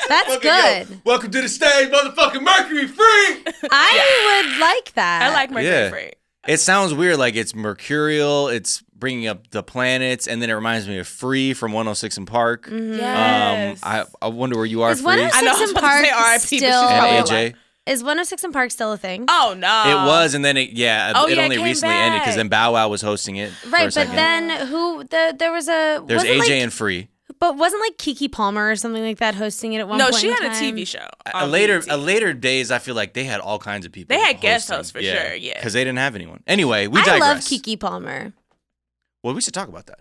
Speaker 3: that's
Speaker 1: Fucking
Speaker 3: good.
Speaker 1: yo, welcome to the stage, motherfucking mercury free.
Speaker 3: I would like that.
Speaker 1: (laughs)
Speaker 2: I like Mercury
Speaker 1: Yeah.
Speaker 2: Free.
Speaker 1: it sounds weird, like it's mercurial. It's bringing up the planets, and then it reminds me of Free from 106 and Park. Um,
Speaker 2: Yes.
Speaker 1: I, I wonder where you are,
Speaker 3: Mm. Is
Speaker 1: Free and
Speaker 3: 106
Speaker 2: I know, I was
Speaker 3: and
Speaker 2: about to say
Speaker 3: Park
Speaker 2: RIP, but she's
Speaker 3: still
Speaker 2: probably
Speaker 1: AJ.
Speaker 2: alive.
Speaker 3: is 106 and Park still a thing?
Speaker 2: oh no,
Speaker 1: It was, and then it yeah,
Speaker 2: Oh,
Speaker 1: it
Speaker 2: yeah, it
Speaker 1: only
Speaker 2: came
Speaker 1: recently ended because
Speaker 2: back.
Speaker 1: then Bow Wow was hosting it.
Speaker 3: right,
Speaker 1: for a
Speaker 3: but
Speaker 1: second.
Speaker 3: then who? The, there was a
Speaker 1: there's
Speaker 3: wasn't
Speaker 1: AJ
Speaker 3: like-
Speaker 1: and Free.
Speaker 3: but wasn't like Kiki Palmer or something like that hosting it at one
Speaker 2: No,
Speaker 3: point?
Speaker 2: she
Speaker 3: in
Speaker 2: had a
Speaker 3: time?
Speaker 2: TV show.
Speaker 1: A
Speaker 2: on
Speaker 1: later,
Speaker 2: BET.
Speaker 1: a later days, I feel like they had all kinds of people.
Speaker 2: Oh, They had guest hosts for sure, yeah.
Speaker 1: because they didn't have anyone. Anyway, we
Speaker 3: I
Speaker 1: digress.
Speaker 3: love Kiki Palmer.
Speaker 1: Well, we should talk about that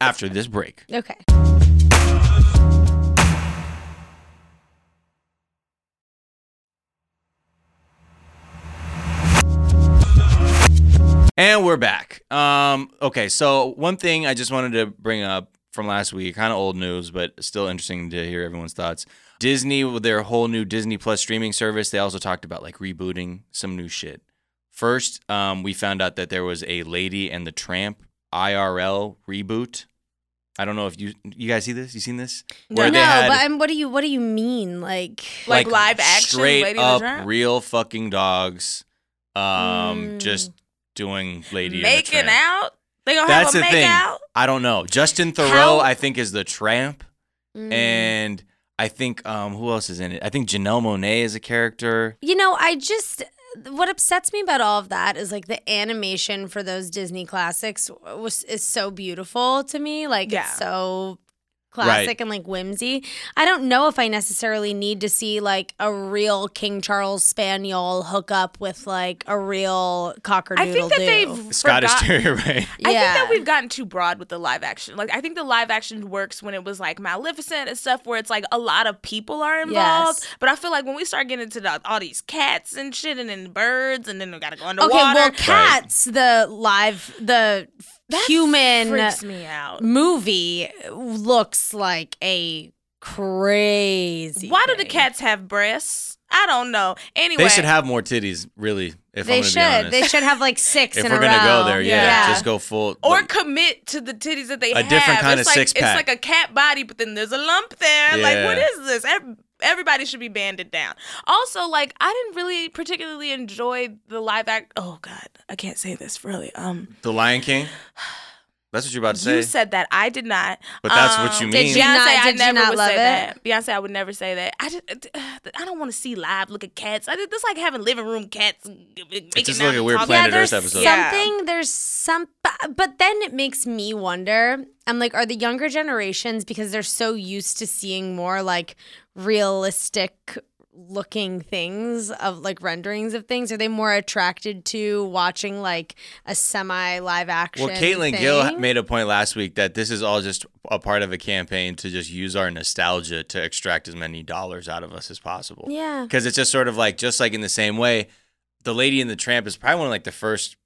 Speaker 1: after this break.
Speaker 3: Okay.
Speaker 1: And we're back. Um, okay, so one thing I just wanted to bring up from last week, kind of old news, but still interesting to hear everyone's thoughts. Disney with their whole new Disney Plus streaming service, they also talked about like rebooting some new shit. First, um, we found out that there was a Lady and the Tramp IRL reboot. I don't know if you you guys see this. You seen this? Where
Speaker 3: no,
Speaker 1: they had
Speaker 3: but I'm, what do you what do you mean? Like
Speaker 2: Like live action
Speaker 1: straight
Speaker 2: Lady and the
Speaker 1: up
Speaker 2: Tramp?
Speaker 1: real fucking dogs, um,
Speaker 3: Mm.
Speaker 1: just doing Lady and the
Speaker 2: Hmm. making
Speaker 1: Tramp.
Speaker 2: out. They gonna
Speaker 1: That's
Speaker 2: have
Speaker 1: the
Speaker 2: a make
Speaker 1: thing.
Speaker 2: out.
Speaker 1: I don't know. Justin Thoreau,
Speaker 3: How- Mm.
Speaker 1: I think, is the tramp, and I think um, who else is in it? I think Janelle Monet is a character.
Speaker 3: You know, I just what upsets me about all of that is like the animation for those Disney classics was is so beautiful to me. Like
Speaker 2: Yeah.
Speaker 3: it's so classic and like whimsy. I don't know if I necessarily need to see like a real King Charles spaniel hook up with like a real cocker.
Speaker 2: I think that they've
Speaker 1: Scottish
Speaker 2: forgot-
Speaker 1: Terrier, (laughs) right?
Speaker 2: I think that we've gotten too broad with the live action. Like I think the live action works when it was like Maleficent and stuff where it's like a lot of people are involved.
Speaker 3: Yes.
Speaker 2: But I feel like when we start getting into the, all these cats and shit and then birds and then we gotta go
Speaker 3: Okay,
Speaker 2: underwater.
Speaker 3: well, Cats, the live, the human
Speaker 2: freaks me out.
Speaker 3: movie looks like a crazy.
Speaker 2: Why do the
Speaker 3: thing.
Speaker 2: cats have breasts? I don't know. Anyway,
Speaker 1: They should have more titties, really. If
Speaker 3: They
Speaker 1: I'm gonna be
Speaker 3: should.
Speaker 1: honest,
Speaker 3: They should have like six.
Speaker 1: if
Speaker 3: in
Speaker 1: we're
Speaker 3: a
Speaker 1: gonna
Speaker 3: row.
Speaker 1: go there, yeah,
Speaker 2: Yeah.
Speaker 1: just go full.
Speaker 2: or
Speaker 1: but-
Speaker 2: commit to the titties that they
Speaker 1: A
Speaker 2: have.
Speaker 1: different kind
Speaker 2: it's
Speaker 1: of
Speaker 2: like,
Speaker 1: six-pack.
Speaker 2: It's like a cat body, but then there's a lump there. Like, what
Speaker 1: Yeah.
Speaker 2: is this? Ev- Everybody should be banded down. Also, like, I didn't really particularly enjoy the live act. Oh God, I can't say this really. Um,
Speaker 1: the Lion King. (sighs) That's what you're about to say.
Speaker 2: you said that I did not.
Speaker 1: But that's what you
Speaker 2: Um,
Speaker 1: Did mean. you
Speaker 2: Beyonce,
Speaker 3: not-
Speaker 2: I
Speaker 3: did you
Speaker 2: never
Speaker 3: not
Speaker 2: would
Speaker 3: love
Speaker 2: say
Speaker 3: it?
Speaker 2: that. Beyonce, I would never say that. I just, uh, I don't want to see live looking cats. I, that's like having living room cats. It
Speaker 1: just look like a weird
Speaker 3: Yeah,
Speaker 1: Planet Earth
Speaker 3: there's
Speaker 1: episode.
Speaker 3: something.
Speaker 2: Yeah. Mm.
Speaker 3: There's some, bu- but then it makes me wonder. I'm like, are the younger generations because they're so used to seeing more like realistic looking things of like renderings of things? Are they more attracted to watching like a semi live action?
Speaker 1: Well, Caitlin
Speaker 3: thing?
Speaker 1: Gill made a point last week that this is all just a part of a campaign to just use our nostalgia to extract as many dollars out of us as possible.
Speaker 3: Yeah.
Speaker 1: Because it's just sort of like, just like in the same way, The Lady and the Tramp is probably one of like the first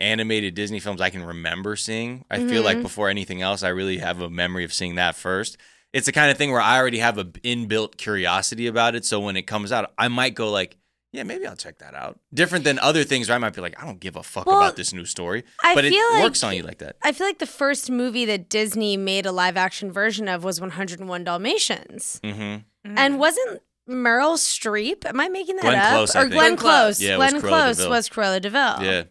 Speaker 1: animated Disney films I can remember seeing. I feel like
Speaker 3: Mhm.
Speaker 1: before anything else, I really have a memory of seeing that first. It's the kind of thing where I already have an inbuilt curiosity about it. So when it comes out, I might go like, yeah, maybe I'll check that out. Different than other things where I might be like, I don't give a fuck
Speaker 3: Well,
Speaker 1: about this new story.
Speaker 3: I
Speaker 1: but
Speaker 3: feel
Speaker 1: it
Speaker 3: like-
Speaker 1: works on you like that.
Speaker 3: I feel like the first movie that Disney made a live action version of was 101 Dalmatians.
Speaker 1: Mm-hmm.
Speaker 2: Mm.
Speaker 3: And wasn't Meryl Streep? Am I making that
Speaker 1: Glenn
Speaker 3: up?
Speaker 1: Close, I
Speaker 3: or
Speaker 1: think.
Speaker 3: Glenn
Speaker 2: Glenn Close.
Speaker 3: Close?
Speaker 1: Yeah, it was
Speaker 3: Glenn
Speaker 1: Cruella
Speaker 3: Close
Speaker 1: DeVille.
Speaker 3: was Cruella Deville.
Speaker 1: Yeah.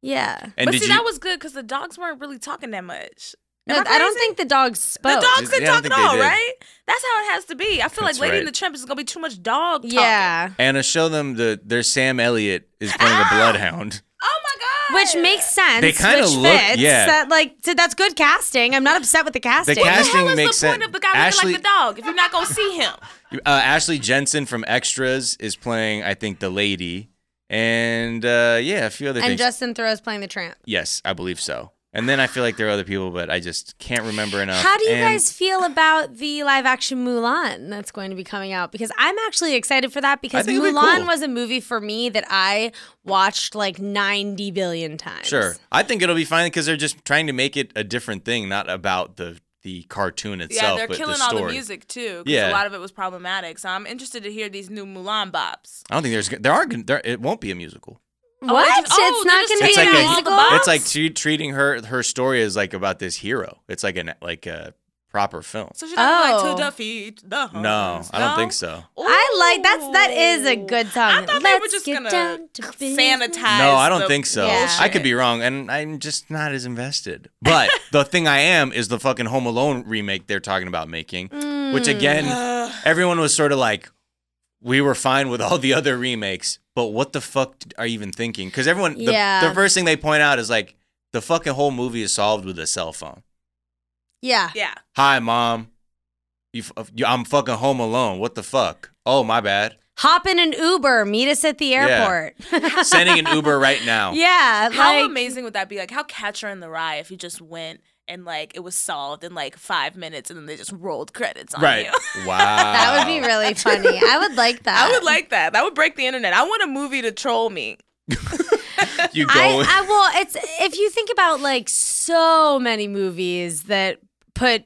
Speaker 3: Yeah.
Speaker 1: And
Speaker 2: but
Speaker 1: did
Speaker 2: see,
Speaker 1: you?
Speaker 2: that was good because the dogs weren't really talking that much. Am
Speaker 3: No, I don't
Speaker 2: crazy?
Speaker 3: think the dogs spoke.
Speaker 2: The
Speaker 1: Did-
Speaker 2: dogs didn't
Speaker 1: yeah, I
Speaker 2: talk
Speaker 1: don't think
Speaker 2: at
Speaker 1: they
Speaker 2: all,
Speaker 1: did.
Speaker 2: right? That's how it has to be. I feel
Speaker 1: That's
Speaker 2: like Lady
Speaker 1: right.
Speaker 2: and the Tramp is gonna be too much dog talking.
Speaker 3: yeah.
Speaker 1: Anna, show them the their Sam Elliott is playing the
Speaker 2: Ah!
Speaker 1: bloodhound.
Speaker 2: Oh my god.
Speaker 3: Which makes sense.
Speaker 1: They kinda
Speaker 3: which
Speaker 1: look-
Speaker 3: fits.
Speaker 1: yeah.
Speaker 3: That like so that's good casting. I'm not upset with the casting.
Speaker 2: What (laughs) the
Speaker 1: casting-
Speaker 2: hell is
Speaker 1: makes
Speaker 2: the point
Speaker 1: sense.
Speaker 2: of the guy
Speaker 1: Ashley-
Speaker 2: looking like the dog if you're not gonna
Speaker 1: (laughs)
Speaker 2: see him?
Speaker 1: Uh, Ashley Jensen from Extras is playing, I think, the lady, and uh, yeah, a few other
Speaker 3: and
Speaker 1: things.
Speaker 3: Justin Thoreau's playing the tramp.
Speaker 1: yes, I believe so. And then I feel like there are other people, but I just can't remember enough.
Speaker 3: How do you
Speaker 1: And
Speaker 3: guys feel about the live action Mulan that's going to be coming out? Because I'm actually excited for that because
Speaker 1: think it'll be
Speaker 3: Mulan
Speaker 1: cool.
Speaker 3: was a movie for me that I watched like 90 billion times.
Speaker 1: Sure, I think it'll be fine because they're just trying to make it a different thing, not about the the cartoon
Speaker 4: Yeah,
Speaker 1: itself,
Speaker 4: they're
Speaker 1: but
Speaker 4: killing
Speaker 1: the
Speaker 4: all
Speaker 1: story.
Speaker 4: the music too. 'cause a
Speaker 1: Yeah.
Speaker 4: lot of it was problematic. So I'm interested to hear these new Mulan bops.
Speaker 1: I don't think there's there are there, it won't be a musical.
Speaker 4: Oh,
Speaker 3: What?
Speaker 4: they just- oh,
Speaker 3: it's
Speaker 4: they're
Speaker 3: not
Speaker 4: just
Speaker 3: going to
Speaker 1: taking
Speaker 3: be a
Speaker 1: out all the
Speaker 3: musical?
Speaker 4: box?
Speaker 1: It's like tre- treating her her story as like about this hero. It's like an like a proper film.
Speaker 4: So she's not
Speaker 3: Oh.
Speaker 4: like to defeat the
Speaker 1: No,
Speaker 4: Huns.
Speaker 1: I don't think so.
Speaker 3: I like that's that is a good song.
Speaker 4: I thought they were
Speaker 3: Let's
Speaker 4: just
Speaker 3: get
Speaker 4: gonna
Speaker 3: down to business.
Speaker 4: sanitize.
Speaker 1: No, I don't
Speaker 4: the
Speaker 1: think so.
Speaker 3: Yeah.
Speaker 1: I could be wrong, and I'm just not as
Speaker 3: (laughs)
Speaker 1: invested. But the thing I am is the fucking Home Alone remake they're talking about making,
Speaker 3: Mm.
Speaker 1: which again,
Speaker 4: Ugh.
Speaker 1: everyone was sort of like, we were fine with all the other remakes, but what the fuck d- are you even thinking? Because everyone, the,
Speaker 3: Yeah.
Speaker 1: the first thing they point out is like, the fucking whole movie is solved with a cell phone.
Speaker 3: Yeah.
Speaker 4: (sighs) yeah.
Speaker 1: Hi, mom. You, f- you, I'm fucking home alone. What the fuck? Oh, my bad.
Speaker 3: Hop in an Uber, meet us at the
Speaker 1: Yeah. (laughs)
Speaker 3: airport. Yeah.
Speaker 1: Sending an Uber right
Speaker 3: (laughs)
Speaker 1: now.
Speaker 4: How
Speaker 3: like,
Speaker 4: amazing would that be? Like how Catcher in the Rye if you just went and like it was solved in like five minutes and then they just rolled credits on
Speaker 1: Right.
Speaker 4: you. (laughs)
Speaker 1: Wow.
Speaker 3: (laughs) That would be really funny. I would like that.
Speaker 4: I would like that. That would break the internet. I want a movie to troll me.
Speaker 1: You go.
Speaker 3: I, I well, it's if you think about like so many movies that put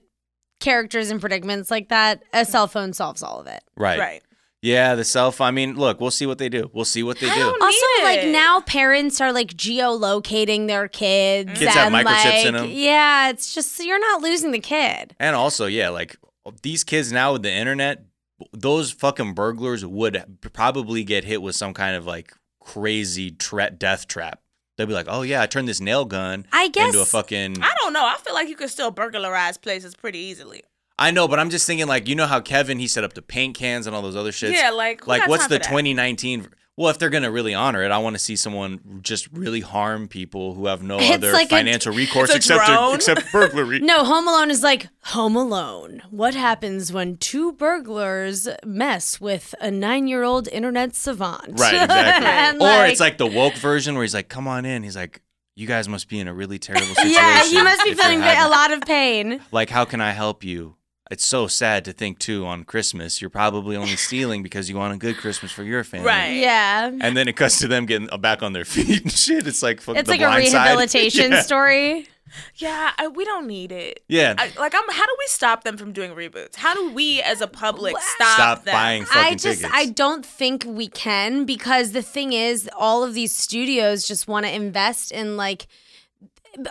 Speaker 3: characters in predicaments like that, a cell phone solves all of it.
Speaker 1: right.
Speaker 4: Right.
Speaker 1: Yeah, the cell phone. I mean, look, we'll see what they do. We'll see what they
Speaker 4: I
Speaker 1: do.
Speaker 4: don't
Speaker 3: Also,
Speaker 4: Need
Speaker 3: like
Speaker 4: it.
Speaker 3: now parents are like geolocating their kids.
Speaker 1: Kids have
Speaker 3: and,
Speaker 1: microchips in
Speaker 3: like,
Speaker 1: them.
Speaker 3: Yeah, it's just you're not losing the kid.
Speaker 1: And also, yeah, like these kids now with the internet, those fucking burglars would probably get hit with some kind of like crazy tra- death trap. They'd be like, oh yeah, I turned this nail gun
Speaker 3: I guess
Speaker 1: into a fucking.
Speaker 4: I don't know. I feel like you could still burglarize places pretty easily.
Speaker 1: I know, but I'm just thinking like, you know how Kevin he set up the paint cans and all those other shits.
Speaker 4: yeah, like who
Speaker 1: like
Speaker 4: got
Speaker 1: what's
Speaker 4: time
Speaker 1: the
Speaker 4: for that?
Speaker 1: 2019? v- Well, if they're gonna really honor it, I want to see someone just really harm people who have no
Speaker 3: It's
Speaker 1: other
Speaker 3: like a-
Speaker 1: financial recourse
Speaker 4: It's a
Speaker 1: except to,
Speaker 4: drone.
Speaker 1: except
Speaker 4: (laughs)
Speaker 1: burglary.
Speaker 3: No, Home Alone is like Home Alone. What happens when two burglars mess with a nine-year-old internet savant? (laughs)
Speaker 1: Right, exactly.
Speaker 3: And,
Speaker 1: or it's like the woke version where he's like, "Come on in." He's like, "You guys must be in a really terrible situation."
Speaker 3: (laughs) yeah, he must be
Speaker 1: if you're
Speaker 3: feeling a
Speaker 1: having-
Speaker 3: lot of pain.
Speaker 1: Like, how can I help you? It's so sad to think too. On Christmas, you're probably
Speaker 3: (laughs)
Speaker 1: only stealing because you want a good Christmas for your family.
Speaker 4: Right.
Speaker 3: Yeah.
Speaker 1: And then it cuts to them getting uh, back on their (laughs) feet and shit. It's like fucking
Speaker 3: It's
Speaker 1: the (laughs)
Speaker 3: like a
Speaker 1: Blind Side.
Speaker 3: rehabilitation
Speaker 1: yeah.
Speaker 3: story.
Speaker 4: Yeah, I, we don't need it.
Speaker 1: Yeah.
Speaker 4: I, like, I'm. How do we stop them from doing reboots? How do we, as a public, stop,
Speaker 1: Stop
Speaker 4: them?
Speaker 1: buying fucking
Speaker 3: I just
Speaker 1: tickets.
Speaker 3: I don't think we can because the thing is all of these studios just want to invest in like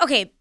Speaker 3: okay,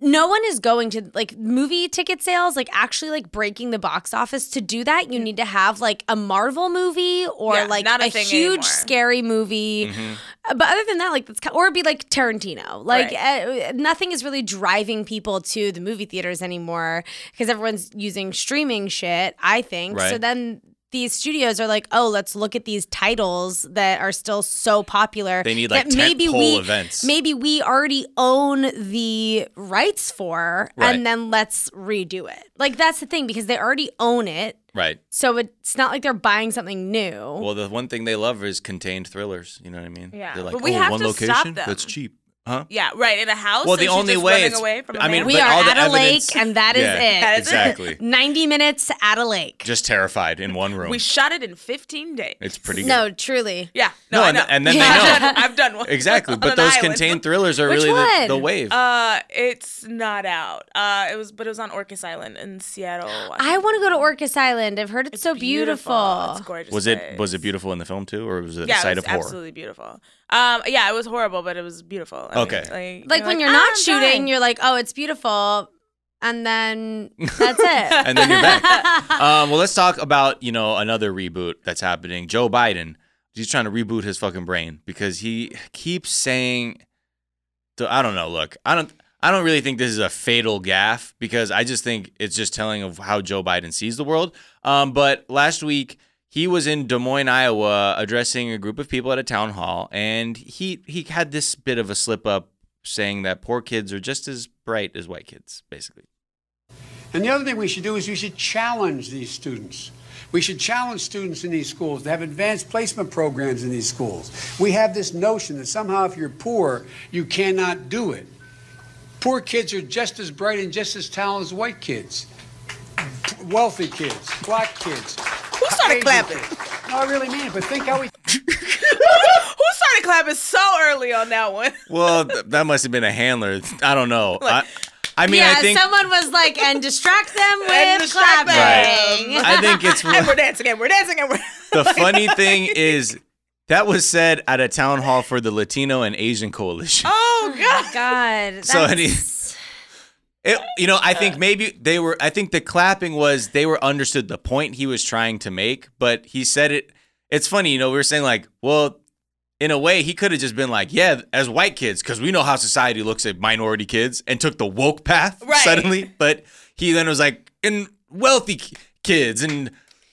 Speaker 3: no one is going to like movie ticket sales like actually like breaking the box office to do that you need to have like a marvel movie or
Speaker 4: Yeah,
Speaker 3: like
Speaker 4: not a
Speaker 3: a,
Speaker 4: thing
Speaker 3: huge
Speaker 4: anymore.
Speaker 3: scary movie
Speaker 1: Mhm.
Speaker 3: Uh, but other than that like that's ki- or it'd be like tarantino like uh, nothing is really driving people to the movie theaters anymore because everyone's using streaming shit i think so
Speaker 1: Right.
Speaker 3: then these studios are like, oh, let's look at these titles that are still so popular.
Speaker 1: They need, like,
Speaker 3: that maybe
Speaker 1: tentpole
Speaker 3: we,
Speaker 1: events.
Speaker 3: Maybe we already own the rights for,
Speaker 1: Right.
Speaker 3: and then let's redo it. Like that's the thing because they already own it,
Speaker 1: Right.
Speaker 3: so it's not like they're buying something new.
Speaker 1: Well, the one thing they love is contained thrillers. You know what I mean?
Speaker 4: Yeah.
Speaker 1: They're like,
Speaker 4: But we
Speaker 1: oh,
Speaker 4: have
Speaker 1: one
Speaker 4: to
Speaker 1: location.
Speaker 4: stop them.
Speaker 1: That's cheap, huh?
Speaker 4: Yeah, right. In a house.
Speaker 1: Well,
Speaker 4: and
Speaker 1: the
Speaker 4: she's
Speaker 1: only
Speaker 4: just
Speaker 1: way
Speaker 4: running
Speaker 1: it's-
Speaker 4: away from a
Speaker 1: I mean,
Speaker 4: man?
Speaker 3: we
Speaker 1: but
Speaker 3: are
Speaker 1: all the
Speaker 3: at a
Speaker 1: evidence-
Speaker 3: lake, and that is
Speaker 1: Yeah,
Speaker 3: it.
Speaker 4: That is it.
Speaker 3: (laughs)
Speaker 1: exactly.
Speaker 3: Ninety minutes at a lake.
Speaker 1: Just terrified in one room.
Speaker 4: we shot it in 15 days.
Speaker 1: it's pretty good.
Speaker 3: No, truly.
Speaker 4: yeah. No, I
Speaker 1: and,
Speaker 4: know. (laughs)
Speaker 1: and then
Speaker 3: Yeah.
Speaker 1: they
Speaker 4: I've
Speaker 1: know.
Speaker 4: done, I've done one. (laughs)
Speaker 1: Exactly,
Speaker 4: on
Speaker 1: but
Speaker 4: an
Speaker 1: those
Speaker 4: island.
Speaker 1: contained thrillers are
Speaker 3: Which
Speaker 1: really the,
Speaker 3: one?
Speaker 1: the wave.
Speaker 4: Uh, it's not out. Uh, it was, but it was on Orcas Island in Seattle.
Speaker 3: I want to go to Orcas Island. I've heard it's, so beautiful.
Speaker 4: It's a gorgeous.
Speaker 1: was it was
Speaker 4: place.
Speaker 1: it beautiful in the film too, or was it
Speaker 4: Yeah,
Speaker 1: a
Speaker 4: it
Speaker 1: sight
Speaker 4: was
Speaker 1: of horror?
Speaker 4: absolutely beautiful. Um, yeah, it was horrible, but it was beautiful. I mean,
Speaker 1: Okay.
Speaker 4: like,
Speaker 3: like when you're
Speaker 1: "Ah,
Speaker 3: not
Speaker 4: "I'm
Speaker 3: shooting,
Speaker 4: dying."
Speaker 3: you're like, oh, it's beautiful, and
Speaker 1: (laughs)
Speaker 3: then that's it.
Speaker 1: And then you're
Speaker 3: (laughs)
Speaker 1: back. um, well, let's talk about you know another reboot that's happening. Joe Biden, he's trying to reboot his fucking brain because he keeps saying, so I don't know. Look, I don't. I don't really think this is a fatal gaffe because I just think it's just telling of how Joe Biden sees the world. Um, but last week he was in Des Moines, Iowa, addressing a group of people at a town hall, and he he had this bit of a slip up saying that poor kids are just as bright as white kids, basically.
Speaker 5: And the other thing we should do is we should challenge these students. We should challenge students in these schools to have advanced placement programs in these schools. We have this notion that somehow if you're poor, you cannot do it. Poor kids are just as bright and just as talented as white kids, wealthy kids, black kids.
Speaker 2: Who started clapping?
Speaker 3: (laughs)
Speaker 5: No, I really mean it, but think how we.
Speaker 2: Who started clapping so early on that one?
Speaker 4: (laughs)
Speaker 1: Well, th- that must have been a handler. I don't know. I, I mean,
Speaker 3: yeah,
Speaker 1: I think
Speaker 3: someone was like, and
Speaker 1: (laughs)
Speaker 3: distract them with
Speaker 2: And distract them.
Speaker 3: clapping. Oh
Speaker 2: Right.
Speaker 1: I think
Speaker 3: (laughs)
Speaker 1: it's
Speaker 2: and we're dancing and we're dancing
Speaker 4: (laughs)
Speaker 2: and we're
Speaker 1: (laughs) the funny thing is that was said at a town hall for the Latino and Asian Coalition.
Speaker 3: (laughs)
Speaker 2: oh god.
Speaker 3: God.
Speaker 1: So
Speaker 3: that's-
Speaker 1: any- (laughs) It, you know, I
Speaker 2: Uh.
Speaker 1: think maybe they were. I think the clapping was they were understood the point he was trying to make, but he said it. It's funny, you know. We were saying like, well, in a way, he could have just been like, yeah, as white kids, because we know how society looks at minority kids, and took the woke path
Speaker 2: Right.
Speaker 1: suddenly. But he then was like, and wealthy ki- kids, and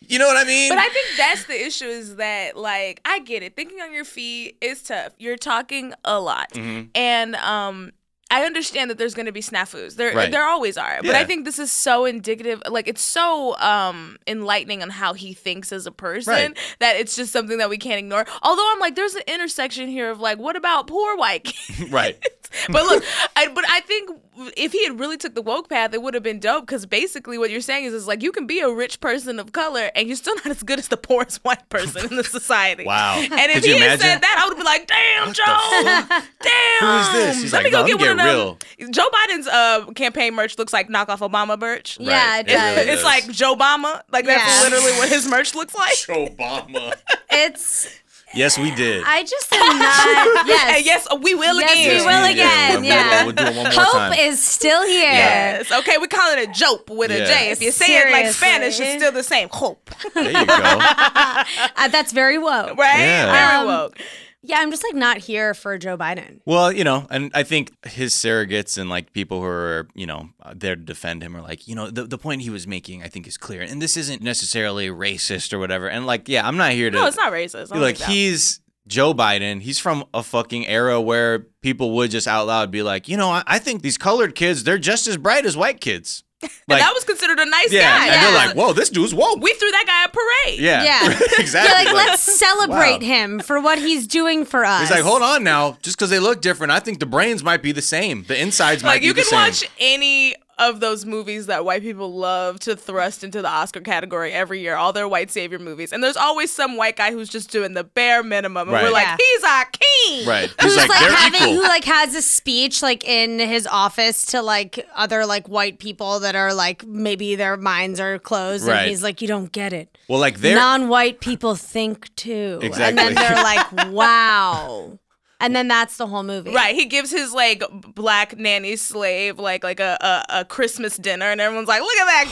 Speaker 1: you know what I mean?
Speaker 2: But I think that's the issue is that like I get it. Thinking on your feet is tough. You're talking a lot.
Speaker 1: Mm-hmm.
Speaker 2: And um I understand that there's going to be snafus. There
Speaker 1: Right.
Speaker 2: there always are. But
Speaker 1: Yeah.
Speaker 2: I think this is so indicative like it's so um enlightening on how he thinks as a person
Speaker 1: Right.
Speaker 2: that it's just something that we can't ignore. Although I'm like there's an intersection here of like what about poor white kids?
Speaker 1: (laughs) right.
Speaker 2: (laughs) but look, I, but I think if he had really took the woke path, it would have been dope. Because basically, what you're saying is, is like you can be a rich person of color and you're still (laughs) not as good as the poorest white
Speaker 1: (laughs)
Speaker 2: person in the society.
Speaker 1: Wow.
Speaker 2: And if
Speaker 1: Could you
Speaker 2: he had
Speaker 1: imagine?
Speaker 2: said that, I would have been like, "Damn,
Speaker 1: What the
Speaker 2: Joe!
Speaker 1: (laughs)
Speaker 2: Damn!
Speaker 1: Who's this?" He's
Speaker 2: Um,
Speaker 1: like,
Speaker 2: Let me go
Speaker 1: "No,
Speaker 2: get
Speaker 1: let me
Speaker 2: one
Speaker 1: get
Speaker 2: of them." Joe Biden's uh, campaign merch looks like knockoff Obama merch.
Speaker 3: Yeah,
Speaker 1: Right.
Speaker 3: it does.
Speaker 1: really
Speaker 2: It's
Speaker 1: is.
Speaker 2: like Joe Obama. Like that's
Speaker 3: Yeah.
Speaker 2: literally what his merch looks like.
Speaker 1: Obama.
Speaker 3: it's.
Speaker 1: yes, we did.
Speaker 3: I just am
Speaker 1: (laughs)
Speaker 3: not. Yes.
Speaker 2: And yes, we will
Speaker 3: Yes,
Speaker 2: again.
Speaker 3: we
Speaker 1: Yes,
Speaker 3: will
Speaker 1: we did. (laughs)
Speaker 3: again,
Speaker 1: We'll-
Speaker 3: yeah.
Speaker 1: We'll do it one more
Speaker 3: Hope
Speaker 1: time.
Speaker 3: is still here.
Speaker 2: Yes. Okay, we're calling it Jope with a J.
Speaker 1: Yeah.
Speaker 2: If you say it like Spanish,
Speaker 3: Seriously.
Speaker 2: it's still the same. Hope.
Speaker 1: there you go.
Speaker 3: (laughs) Uh, that's very woke.
Speaker 2: Right?
Speaker 1: Yeah.
Speaker 2: Very woke.
Speaker 3: Yeah, I'm just like not here for
Speaker 1: (laughs)
Speaker 3: Joe Biden.
Speaker 1: Well, you know, and I think his surrogates and like people who are, you know, uh, there to defend him are like, you know, the, the point he was making, I think, is clear. And this isn't necessarily racist or whatever. And like, yeah, I'm not here to.
Speaker 2: No, it's not racist. I don't
Speaker 1: Like,
Speaker 2: think that.
Speaker 1: he's Joe Biden. He's from a fucking era where people would just out loud be like, you know, I, I think these colored kids, they're just as bright as white
Speaker 3: (laughs)
Speaker 1: kids.
Speaker 2: And
Speaker 1: Like,
Speaker 2: that was considered a nice
Speaker 1: yeah.
Speaker 2: guy.
Speaker 1: And they're
Speaker 3: yeah.
Speaker 1: like, whoa, this dude's woke.
Speaker 2: we threw that guy a parade.
Speaker 1: yeah.
Speaker 3: Yeah.
Speaker 1: (laughs) exactly.
Speaker 3: You're like, let's celebrate
Speaker 1: wow.
Speaker 3: him for what he's doing for us.
Speaker 1: He's like, hold on now. Just because they look different, I think the brains might be the same. The insides might
Speaker 2: Like
Speaker 1: be
Speaker 2: you
Speaker 1: the
Speaker 2: can
Speaker 1: same.
Speaker 2: watch any of those movies that white people love to thrust into the Oscar category every year, all their white savior movies. And there's always some white guy who's just doing the bare minimum. And
Speaker 1: Right.
Speaker 2: we're like,
Speaker 3: Yeah.
Speaker 2: he's our king.
Speaker 3: (laughs)
Speaker 1: Right.
Speaker 3: Who's like, having who like has a speech like in his office to like other like white people that are like maybe their minds are closed
Speaker 1: Right.
Speaker 3: and he's like you don't get it.
Speaker 1: well, like they're
Speaker 3: Non-white people think too. And
Speaker 1: Exactly.
Speaker 3: then they're like wow. And then that's the whole movie.
Speaker 2: Right, he gives his like black nanny slave like like a, a, a Christmas dinner, and everyone's like, "Look at that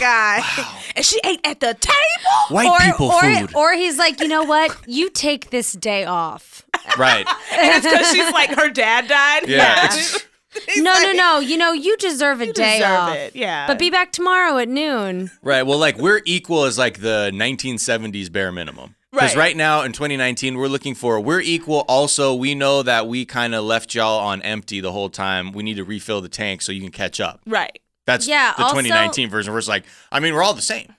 Speaker 2: guy!" and she ate at the table.
Speaker 1: white
Speaker 3: or,
Speaker 1: people
Speaker 3: or,
Speaker 1: food.
Speaker 3: Or he's like, you know what? You take this day off.
Speaker 1: (laughs)
Speaker 3: (laughs)
Speaker 1: right.
Speaker 2: And it's because she's like her dad died.
Speaker 1: Yeah.
Speaker 2: (laughs)
Speaker 1: It's-
Speaker 3: no, no, no. You know, you deserve a day
Speaker 2: deserve
Speaker 3: off.
Speaker 2: it, yeah.
Speaker 3: But be back tomorrow at noon.
Speaker 1: (laughs) Right. Well, like we're equal as like the 1970s bare minimum. Because
Speaker 2: Right.
Speaker 1: right now in 2019, we're looking for we're equal. Also, we know that we kind of left y'all on empty the whole time. We need to refill the tank so you can catch up.
Speaker 2: Right.
Speaker 1: That's
Speaker 3: Yeah,
Speaker 1: the
Speaker 3: also-
Speaker 1: 2019 version. We're just like, I mean, we're all the same,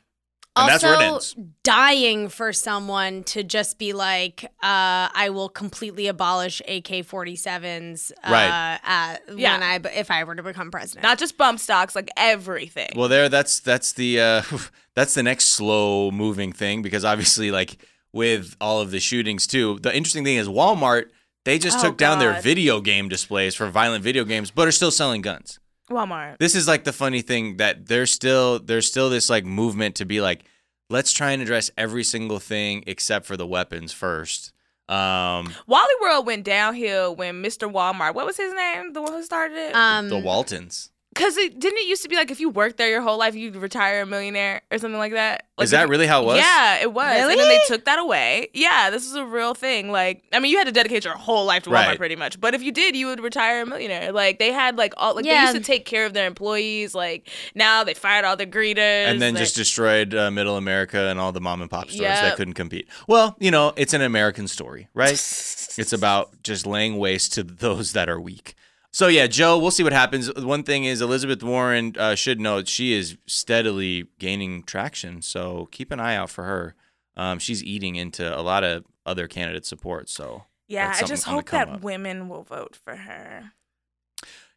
Speaker 1: and that's where it ends.
Speaker 3: also, dying for someone to just be like, uh, I will completely abolish AK 47s uh,
Speaker 1: Right.
Speaker 3: at,
Speaker 2: Yeah.
Speaker 3: when I, if I were to become president.
Speaker 2: Not just bump stocks, like everything.
Speaker 1: Well, there, that's that's the uh, (laughs) that's the next slow moving thing because obviously, like with all of the shootings too. The interesting thing is Walmart. They just
Speaker 2: Oh,
Speaker 1: took down their
Speaker 2: God.
Speaker 1: video game displays for violent video games, but are still selling guns.
Speaker 2: Walmart.
Speaker 1: This is like the funny thing that there's still there's still this like movement to be like, let's try and address every single thing except for the weapons first. Um,
Speaker 2: Wally World went downhill when Mr. Walmart, what was his name? The one who started it?
Speaker 3: um,
Speaker 1: the Waltons
Speaker 2: Because it didn't it used to be like if you worked there your whole life, you'd retire a millionaire or something like that? Like
Speaker 1: is that
Speaker 2: if-
Speaker 1: really how it was?
Speaker 2: Yeah, it was. And then
Speaker 3: Really?
Speaker 2: they took that away. Yeah, this is a real thing. Like, I mean, you had to dedicate your whole life to Walmart
Speaker 1: Right.
Speaker 2: pretty much. But if you did, you would retire a millionaire. Like, they had like all, like,
Speaker 3: Yeah.
Speaker 2: they used to take care of their employees. Like, now they fired all the greeters.
Speaker 1: and then
Speaker 2: They-
Speaker 1: just destroyed uh, middle America and all the mom and pop stores that
Speaker 2: Yep.
Speaker 1: couldn't compete. Well, you know, it's an American story, right?
Speaker 2: (laughs)
Speaker 1: it's about just laying waste to those that are weak. So yeah, Joe, we'll see what happens. One thing is Elizabeth Warren uh, should note she is steadily gaining traction, so keep an eye out for her. Um, she's eating into a lot of other candidate support, so
Speaker 2: Yeah,
Speaker 1: that's
Speaker 2: I
Speaker 1: something
Speaker 2: just
Speaker 1: on the
Speaker 2: hope
Speaker 1: come
Speaker 2: that
Speaker 1: up.
Speaker 2: women will vote for her.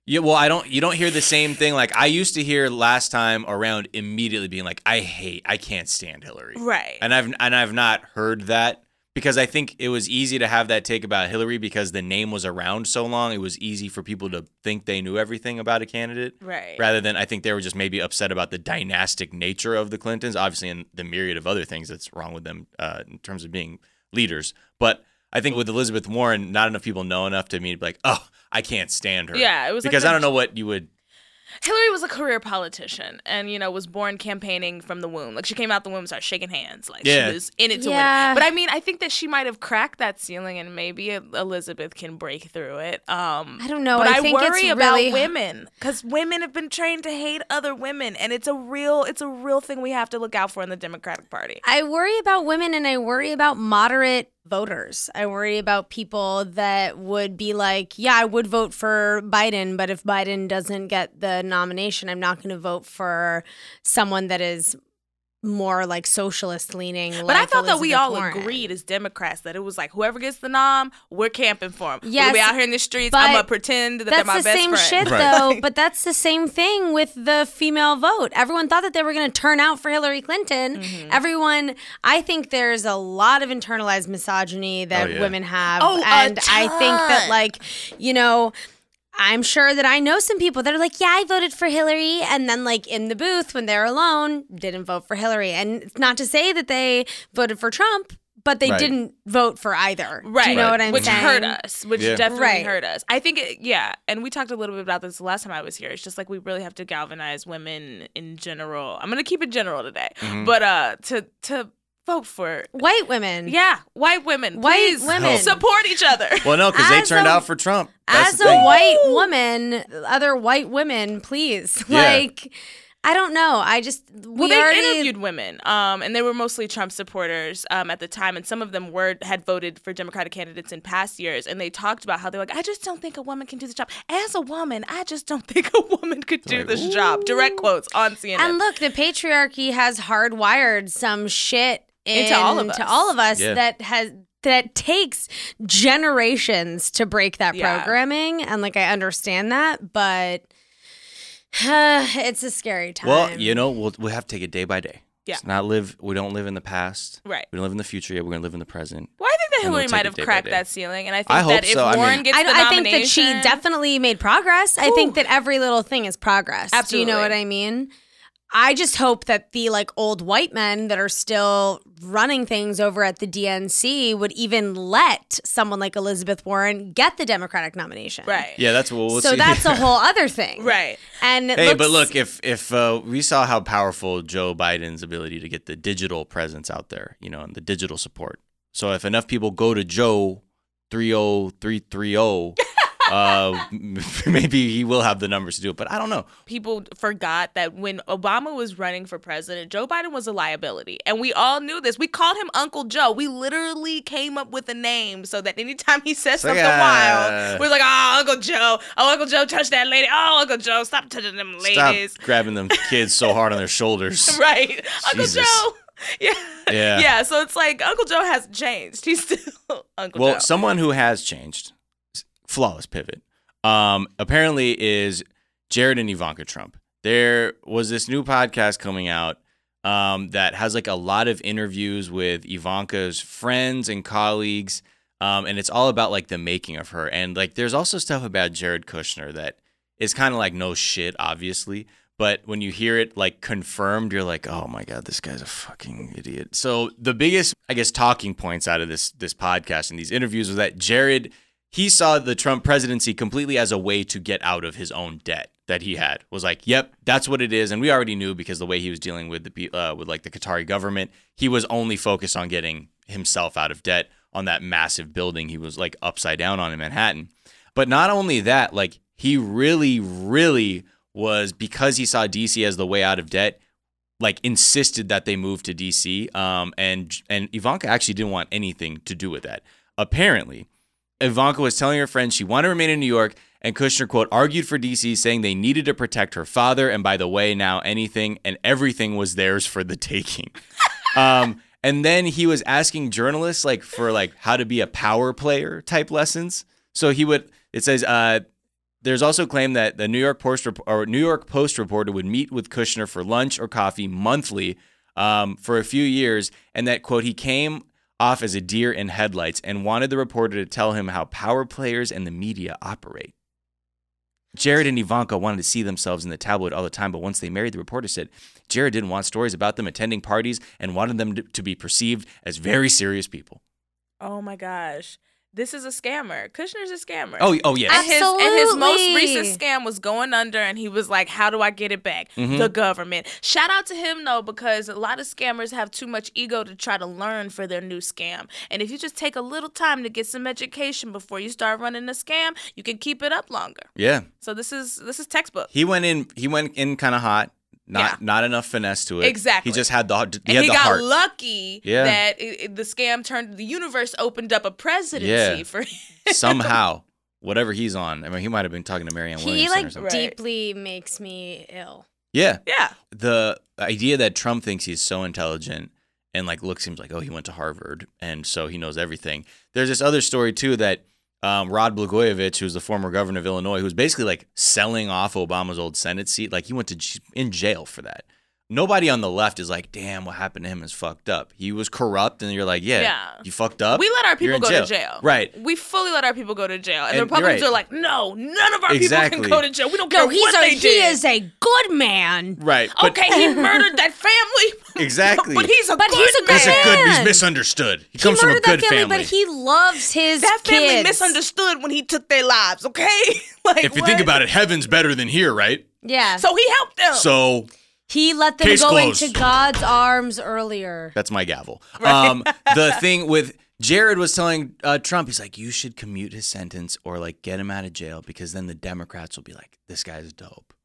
Speaker 1: Yeah, well, I don't. You don't hear the same thing. Like I used to hear last time around, immediately being like, "I hate, I can't stand Hillary."
Speaker 2: Right.
Speaker 1: And I've and I've not heard that because I think it was easy to have that take about Hillary because the name was around so long. It was easy for people to think they knew everything about a candidate,
Speaker 2: Right.
Speaker 1: Rather than I think they were just maybe upset about the dynastic nature of the Clintons, obviously, and the myriad of other things that's wrong with them uh, in terms of being leaders, but. I think with Elizabeth Warren, not enough people know enough to me to be like, oh, I can't stand her.
Speaker 2: Yeah, it was like
Speaker 1: because
Speaker 2: a-
Speaker 1: I don't know what you would.
Speaker 2: Hillary was a career politician and, you know, was born campaigning from the womb. Like, she came out the womb and started shaking hands. Like,
Speaker 1: Yeah.
Speaker 2: she was in it to
Speaker 3: Yeah.
Speaker 2: win. But I mean, I think that she might have cracked that ceiling and maybe E-, Elizabeth can break through it. Um,
Speaker 3: I don't know.
Speaker 2: But
Speaker 3: I
Speaker 2: I,
Speaker 3: think it's
Speaker 2: worry about
Speaker 3: really-
Speaker 2: women because women have been trained to hate other women. And it's a real, it's a real thing we have to look out for in the Democratic Party.
Speaker 3: I worry about women and I worry about moderate voters. I worry about people that would be like, yeah, I would vote for Biden, but if Biden doesn't get the nomination, I'm not going to vote for someone that is more like socialist leaning.
Speaker 2: But I thought that we all agreed as Democrats that it was like whoever gets the nom, we're camping for them.
Speaker 3: Yes,
Speaker 2: we'll be out here in the streets. I'm
Speaker 3: but
Speaker 2: gonna pretend that they're
Speaker 3: That's
Speaker 2: my
Speaker 3: the
Speaker 2: best
Speaker 3: same
Speaker 2: friend.
Speaker 3: shit,
Speaker 1: Right.
Speaker 3: though. But that's the same thing with the female vote. Everyone thought that they were going to turn out for Hillary Clinton.
Speaker 2: Mm-hmm.
Speaker 3: Everyone, I think there's a lot of internalized misogyny that
Speaker 1: Oh, yeah.
Speaker 3: women have,
Speaker 2: Oh, a
Speaker 3: and I think that,
Speaker 2: ton.
Speaker 3: like, you know. I'm sure that I know some people that are like, yeah, I voted for Hillary. And then, like, in the booth when they're alone, didn't vote for Hillary. And it's not to say that they voted for Trump, but they
Speaker 1: Right.
Speaker 3: didn't vote for either.
Speaker 2: (laughs) Right.
Speaker 3: Do you know what I'm
Speaker 2: which
Speaker 3: saying?
Speaker 2: hurt us, which
Speaker 1: Yeah.
Speaker 2: definitely
Speaker 3: Right.
Speaker 2: hurt us. I think, it, yeah. And we talked a little bit about this the last time I was here. It's just like we really have to galvanize women in general. I'm gonna keep it general today,
Speaker 1: Mm-hmm.
Speaker 2: but uh, to to vote for
Speaker 3: White women.
Speaker 2: yeah, white women,
Speaker 3: White
Speaker 2: please
Speaker 3: women.
Speaker 2: support each other.
Speaker 1: Well, no, because they
Speaker 3: As
Speaker 1: turned
Speaker 3: a-
Speaker 1: out for Trump. That's
Speaker 3: as
Speaker 1: the
Speaker 3: a
Speaker 1: thing.
Speaker 3: white woman, other white women, please. (laughs)
Speaker 1: Yeah.
Speaker 3: Like, I don't know. I just we
Speaker 2: Well, they
Speaker 3: already
Speaker 2: interviewed women, um, and they were mostly Trump supporters um, at the time, and some of them were had voted for Democratic candidates in past years, and they talked about how they're like, I just don't think a woman can do this job. As a woman, I just don't (laughs) think a woman could do this job. Direct quotes on CNN.
Speaker 3: and look, the patriarchy has hardwired some shit
Speaker 2: Into all of
Speaker 3: into
Speaker 2: us.
Speaker 3: all of us
Speaker 1: Yeah.
Speaker 3: that has that takes generations to break that
Speaker 2: Yeah.
Speaker 3: programming. And like, I understand that, but. (sighs) it's a scary time.
Speaker 1: Well, you know, we'll we have to take it day by day.
Speaker 2: Yeah.
Speaker 1: It's not live. We don't live in the past.
Speaker 2: Right.
Speaker 1: We don't live in the future yet. We're gonna live in the present.
Speaker 2: well, I think that
Speaker 1: And we'll
Speaker 2: Hillary
Speaker 1: take
Speaker 2: might
Speaker 1: it
Speaker 2: have
Speaker 1: day by
Speaker 2: cracked
Speaker 1: day.
Speaker 2: that ceiling, and I think
Speaker 1: I
Speaker 2: that
Speaker 1: hope
Speaker 2: if
Speaker 1: so. I
Speaker 2: Warren
Speaker 1: mean-
Speaker 2: gets
Speaker 3: I,
Speaker 2: the
Speaker 3: I think that she
Speaker 2: nomination-
Speaker 3: definitely made progress. I think that every little thing is progress. Do you know
Speaker 2: Absolutely.
Speaker 3: what I mean? I just hope that the like old white men that are still running things over at the DNC would even let someone like Elizabeth Warren get the Democratic nomination.
Speaker 2: right,
Speaker 1: Yeah, that's what we'll
Speaker 3: so
Speaker 1: see. (laughs)
Speaker 3: that's a whole other thing.
Speaker 2: right.
Speaker 3: And it
Speaker 1: Hey,
Speaker 3: looks,
Speaker 1: but look, if if uh, we saw how powerful Joe Biden's ability to get the digital presence out there, you know, and the digital support. So if enough people go to Joe three zero three three
Speaker 2: (laughs)
Speaker 1: zero, (laughs) maybe he will have the numbers to do it. But I don't know.
Speaker 2: people forgot that when Obama was running for president, Joe Biden was a liability. And we all knew this. We called him Uncle Joe. We literally came up with a name so that anytime he says
Speaker 1: So,
Speaker 2: something
Speaker 1: yeah.
Speaker 2: wild, we're like, oh, Uncle Joe. Oh, Uncle Joe touched that lady. Oh, Uncle Joe, stop touching them ladies. (laughs)
Speaker 1: Stop grabbing them kids so hard on their shoulders.
Speaker 2: Right. Uncle
Speaker 1: Jesus.
Speaker 2: Joe. (laughs) Yeah.
Speaker 1: Yeah.
Speaker 2: Yeah. So it's like Uncle Joe hasn't changed. (laughs) He's still Uncle
Speaker 1: Well,
Speaker 2: Joe.
Speaker 1: someone who has changed, s- flawless pivot, um, apparently is Jared and Ivanka Trump. There was this new podcast coming out um, that has like a lot of interviews with Ivanka's friends and colleagues. Um, and it's all about like the making of her. And like there's also stuff about Jared Kushner that is kind of like no shit, obviously. But when you hear it like confirmed, you're like, oh my god, this guy's a fucking idiot. So the biggest, I guess, talking points out of this this podcast and these interviews was that Jared he saw the Trump presidency completely as a way to get out of his own debt that he had. Was like, yep, that's what it is, and we already knew because the way he was dealing with the pe- uh, with like the Qatari government, he was only focused on getting himself out of debt on that massive building he was like upside down on in Manhattan. But not only that, like he really, really was because he saw DC as the way out of debt, like insisted that they move to DC. Um, and and Ivanka actually didn't want anything to do with that. Apparently, Ivanka was telling her friends she wanted to remain in New York, and Kushner quote argued for DC, saying they needed to protect her father. And by the way, now anything and everything was theirs for the taking. um, and then he was asking journalists like for like how to be a power player type lessons. So he would. It says uh, There's also a claim that the New York Post rep- or New York Post reporter would meet with Kushner for lunch or coffee monthly um, for a few years, and that quote he came off as a deer in headlights and wanted the reporter to tell him how power players and the media operate. Jared and Ivanka wanted to see themselves in the tabloid all the time, but once they married, the reporter said Jared didn't want stories about them attending parties and wanted them to- to be perceived as very serious people.
Speaker 2: Oh my gosh. This is a scammer. Kushner's a scammer.
Speaker 1: Oh, oh yeah.
Speaker 2: And his, and his most
Speaker 3: Absolutely.
Speaker 2: recent scam was going under, and he was like, "How do I get it back?"
Speaker 1: Mhm.
Speaker 2: The government. Shout out to him though, because a lot of scammers have too much ego to try to learn for their new scam. And if you just take a little time to get some education before you start running a scam, you can keep it up longer.
Speaker 1: Yeah.
Speaker 2: So this is this is textbook.
Speaker 1: He went in. He went in kind of hot. Not
Speaker 2: Yeah.
Speaker 1: not enough finesse to it.
Speaker 2: Exactly.
Speaker 1: He just had the he
Speaker 2: and
Speaker 1: had
Speaker 2: he
Speaker 1: the
Speaker 2: got
Speaker 1: heart.
Speaker 2: (laughs) lucky
Speaker 1: Yeah.
Speaker 2: that it, it- the scam turned the universe opened up a presidency
Speaker 1: Yeah.
Speaker 2: for him. (laughs)
Speaker 1: Somehow, whatever he's on. I mean, he might have been talking to Marianne
Speaker 3: He
Speaker 1: Williamson or
Speaker 3: like
Speaker 1: something.
Speaker 2: Right.
Speaker 3: deeply makes me ill.
Speaker 1: Yeah.
Speaker 2: yeah.
Speaker 1: The idea that Trump thinks he's so intelligent and like looks seems like oh he went to Harvard and so he knows everything. There's this other story too that um, Rod Blagojevich, who's the former governor of Illinois, who's basically like selling off Obama's old Senate seat, like he went to j- in jail for that. Nobody on the left is like, damn, what happened to him is fucked up. He was corrupt, and you're like, yeah,
Speaker 2: Yeah.
Speaker 1: you fucked up.
Speaker 2: We let our
Speaker 1: You're
Speaker 2: people
Speaker 1: in
Speaker 2: go to jail.
Speaker 1: right?
Speaker 2: We fully let our people go to jail. And, the
Speaker 1: And you're
Speaker 2: Republicans
Speaker 1: right.
Speaker 2: are like, no, none of our
Speaker 1: Exactly.
Speaker 2: people can go to jail. We don't
Speaker 3: No,
Speaker 2: care what
Speaker 3: he's a,
Speaker 2: they
Speaker 3: he
Speaker 2: did.
Speaker 3: is a good man.
Speaker 1: Right. But
Speaker 2: okay, he
Speaker 3: (laughs)
Speaker 2: murdered that family. (laughs)
Speaker 1: Exactly.
Speaker 2: but he's a
Speaker 3: But
Speaker 2: good
Speaker 3: he's a good
Speaker 1: he's a
Speaker 2: man.
Speaker 1: good. He's
Speaker 3: Man.
Speaker 1: misunderstood. He comes
Speaker 3: he
Speaker 1: from a
Speaker 3: murdered
Speaker 1: good
Speaker 3: that family, but he loves his
Speaker 2: That family
Speaker 3: kids.
Speaker 2: misunderstood when he took their lives, okay? (laughs) like
Speaker 1: if you think
Speaker 2: what?
Speaker 1: about it, heaven's better than here, right?
Speaker 3: Yeah,
Speaker 2: So he helped them.
Speaker 1: So
Speaker 3: he let them
Speaker 1: Case
Speaker 3: go
Speaker 1: closed.
Speaker 3: into God's arms earlier.
Speaker 1: That's my gavel. Um,
Speaker 2: (laughs)
Speaker 1: the thing with Jared was telling uh, Trump, he's like, you should commute his sentence or like get him out of jail because then the Democrats will be like, this guy's dope.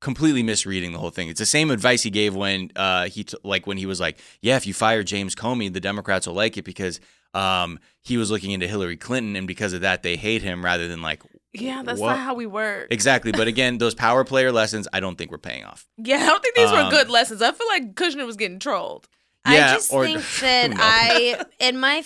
Speaker 1: Completely misreading the whole thing. It's the same advice he gave when uh, he t- like when he was like, yeah, if you fire James Comey, the Democrats will like it because um, he was looking into Hillary Clinton and because of that they hate him rather than like
Speaker 2: yeah, that's
Speaker 1: What?
Speaker 2: not how we work.
Speaker 1: exactly. But again, those power player lessons, I don't think we're paying off.
Speaker 2: yeah, I don't think these
Speaker 1: Um,
Speaker 2: were good lessons. I feel like Kushner was getting trolled.
Speaker 1: Yeah,
Speaker 3: I just
Speaker 1: or- (laughs)
Speaker 3: think
Speaker 1: who
Speaker 3: that
Speaker 1: knows?
Speaker 3: I, in my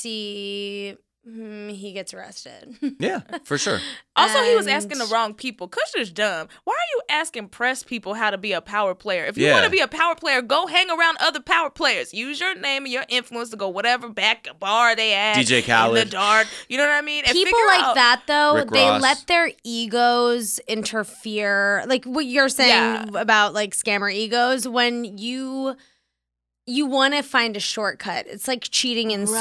Speaker 3: fantasy, mm, he
Speaker 2: (laughs)
Speaker 3: gets arrested.
Speaker 1: Yeah, for sure.
Speaker 2: Also, he was
Speaker 3: And-
Speaker 2: asking the wrong people. Kushner's dumb. Why are you asking press people how to be a power player? If you
Speaker 1: Yeah.
Speaker 2: want to be a power player, go hang around other power players. Use your name and your influence to go whatever back bar they at.
Speaker 1: DJ
Speaker 2: In
Speaker 1: Khaled.
Speaker 2: the dark. You know what I mean? And
Speaker 3: people
Speaker 2: figure
Speaker 3: like
Speaker 2: out-
Speaker 3: that though
Speaker 1: Rick
Speaker 3: they
Speaker 1: Ross.
Speaker 3: let their egos interfere like what you're saying
Speaker 2: Yeah.
Speaker 3: about like scammer egos when you you want to find a shortcut it's like cheating in
Speaker 2: Right.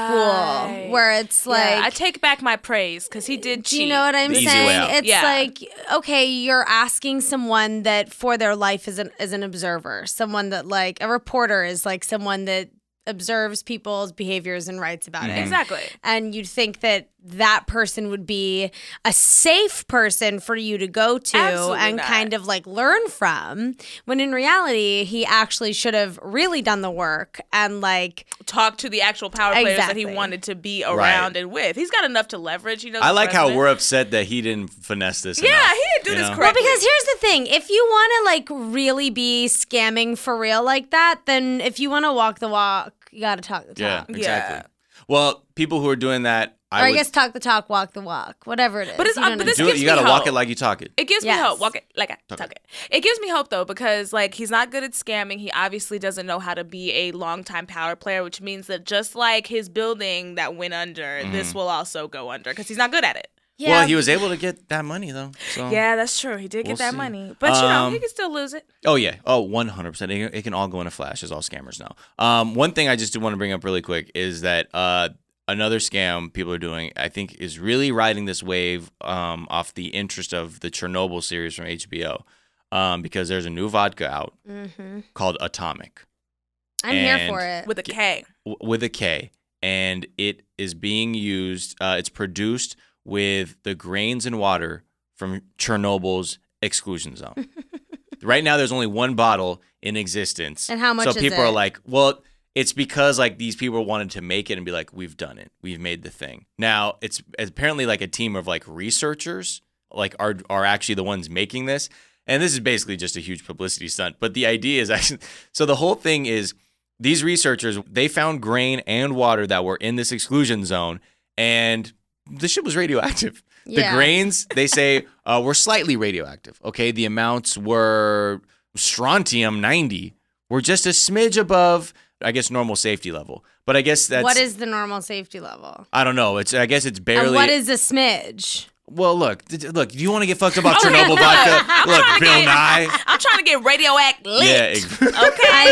Speaker 3: school where it's
Speaker 2: Yeah,
Speaker 3: like
Speaker 2: I take back my praise because he did
Speaker 3: do
Speaker 2: cheat.
Speaker 3: you know what I'm
Speaker 1: The easy way out.
Speaker 3: saying? It's
Speaker 2: Yeah.
Speaker 3: like okay, you're asking someone that for their life is an is an observer, someone that like a reporter is like someone that observes people's behaviors and writes about it
Speaker 2: Exactly.
Speaker 3: and you'd think that that person would be a safe person for you to go to
Speaker 2: Absolutely
Speaker 3: and
Speaker 2: not.
Speaker 3: kind of like learn from when in reality he actually should have really done the work and like
Speaker 2: Talk to the actual power players that he
Speaker 3: Exactly.
Speaker 2: wanted to be around
Speaker 1: Right.
Speaker 2: and with. He's got enough to leverage. He knows.
Speaker 1: I
Speaker 2: the
Speaker 1: like how
Speaker 2: president.
Speaker 1: we're upset that he didn't finesse this.
Speaker 2: Yeah,
Speaker 1: enough,
Speaker 2: he didn't do
Speaker 1: you
Speaker 2: this
Speaker 1: know?
Speaker 2: correctly.
Speaker 3: because here's the thing if you want to like really be scamming for real like that then if you want to walk the walk you got to talk the
Speaker 1: Yeah,
Speaker 3: talk
Speaker 1: exactly. Well, people who are doing that, I,
Speaker 3: or i
Speaker 1: would
Speaker 3: guess talk the talk walk the walk whatever it is
Speaker 2: But it's-
Speaker 3: you know
Speaker 2: uh,
Speaker 3: what
Speaker 2: but
Speaker 3: I'm
Speaker 2: this
Speaker 1: do
Speaker 2: gives
Speaker 1: it. You
Speaker 2: me
Speaker 1: gotta walk
Speaker 2: hope.
Speaker 1: it like you talk it.
Speaker 2: It gives me
Speaker 3: Yes.
Speaker 2: hope. Walk it like I talk it. It gives me hope though because like he's not good at scamming. He obviously doesn't know how to be a longtime power player, which means that just like his building that went under,
Speaker 1: Mm-hmm.
Speaker 2: this will also go under because he's not good at it.
Speaker 3: Yeah,
Speaker 1: Well, he was able to get that money though. So.
Speaker 2: Yeah, that's true. He did
Speaker 1: We'll
Speaker 2: get that
Speaker 1: see.
Speaker 2: money, but you know
Speaker 1: Um,
Speaker 2: he can still lose it.
Speaker 1: Oh yeah. Oh, 100. percent It it can all go in a flash, as all scammers know. Um, one thing I just do want to bring up really quick is that uh, another scam people are doing, I think, is really riding this wave um, off the interest of the Chernobyl series from HBO, um, because there's a new vodka out
Speaker 3: Mhm.
Speaker 1: called Atomic.
Speaker 3: i'm here
Speaker 1: and
Speaker 3: for it
Speaker 2: With a K,
Speaker 1: w- with a K, and it is being used. Uh, it's produced with the grains and water from Chernobyl's exclusion
Speaker 3: (laughs)
Speaker 1: zone. right now, there's only one bottle in existence,
Speaker 3: And how much
Speaker 1: So
Speaker 3: is
Speaker 1: people are
Speaker 3: it?
Speaker 1: like, well. It's because like these people wanted to make it and be like, we've done it, we've made the thing. Now it's apparently like a team of like researchers, like are are actually the ones making this, and this is basically just a huge publicity stunt. But the idea is (laughs) actually, so the whole thing is these researchers they found grain and water that were in this exclusion zone and the shit was radioactive (laughs)
Speaker 3: Yeah.
Speaker 1: The
Speaker 3: (laughs)
Speaker 1: grains, they say, uh, were slightly radioactive. Okay, the amounts were strontium 90. We're just a smidge above, I guess, normal safety level. But I guess that's
Speaker 3: what is the normal safety level?
Speaker 1: I don't know. It's I guess it's barely.
Speaker 3: And what is a smidge?
Speaker 1: well, look, d- d- look. You want to get fucked up
Speaker 3: (laughs)
Speaker 1: about
Speaker 3: Oh,
Speaker 2: Okay,
Speaker 1: Chernobyl
Speaker 2: look,
Speaker 1: vodka?
Speaker 2: I'm
Speaker 1: Look,
Speaker 2: trying to
Speaker 1: Bill
Speaker 2: get-
Speaker 1: Nye.
Speaker 2: (laughs) I'm trying to get radioact lit.
Speaker 1: Yeah, ex-
Speaker 2: Okay.
Speaker 3: I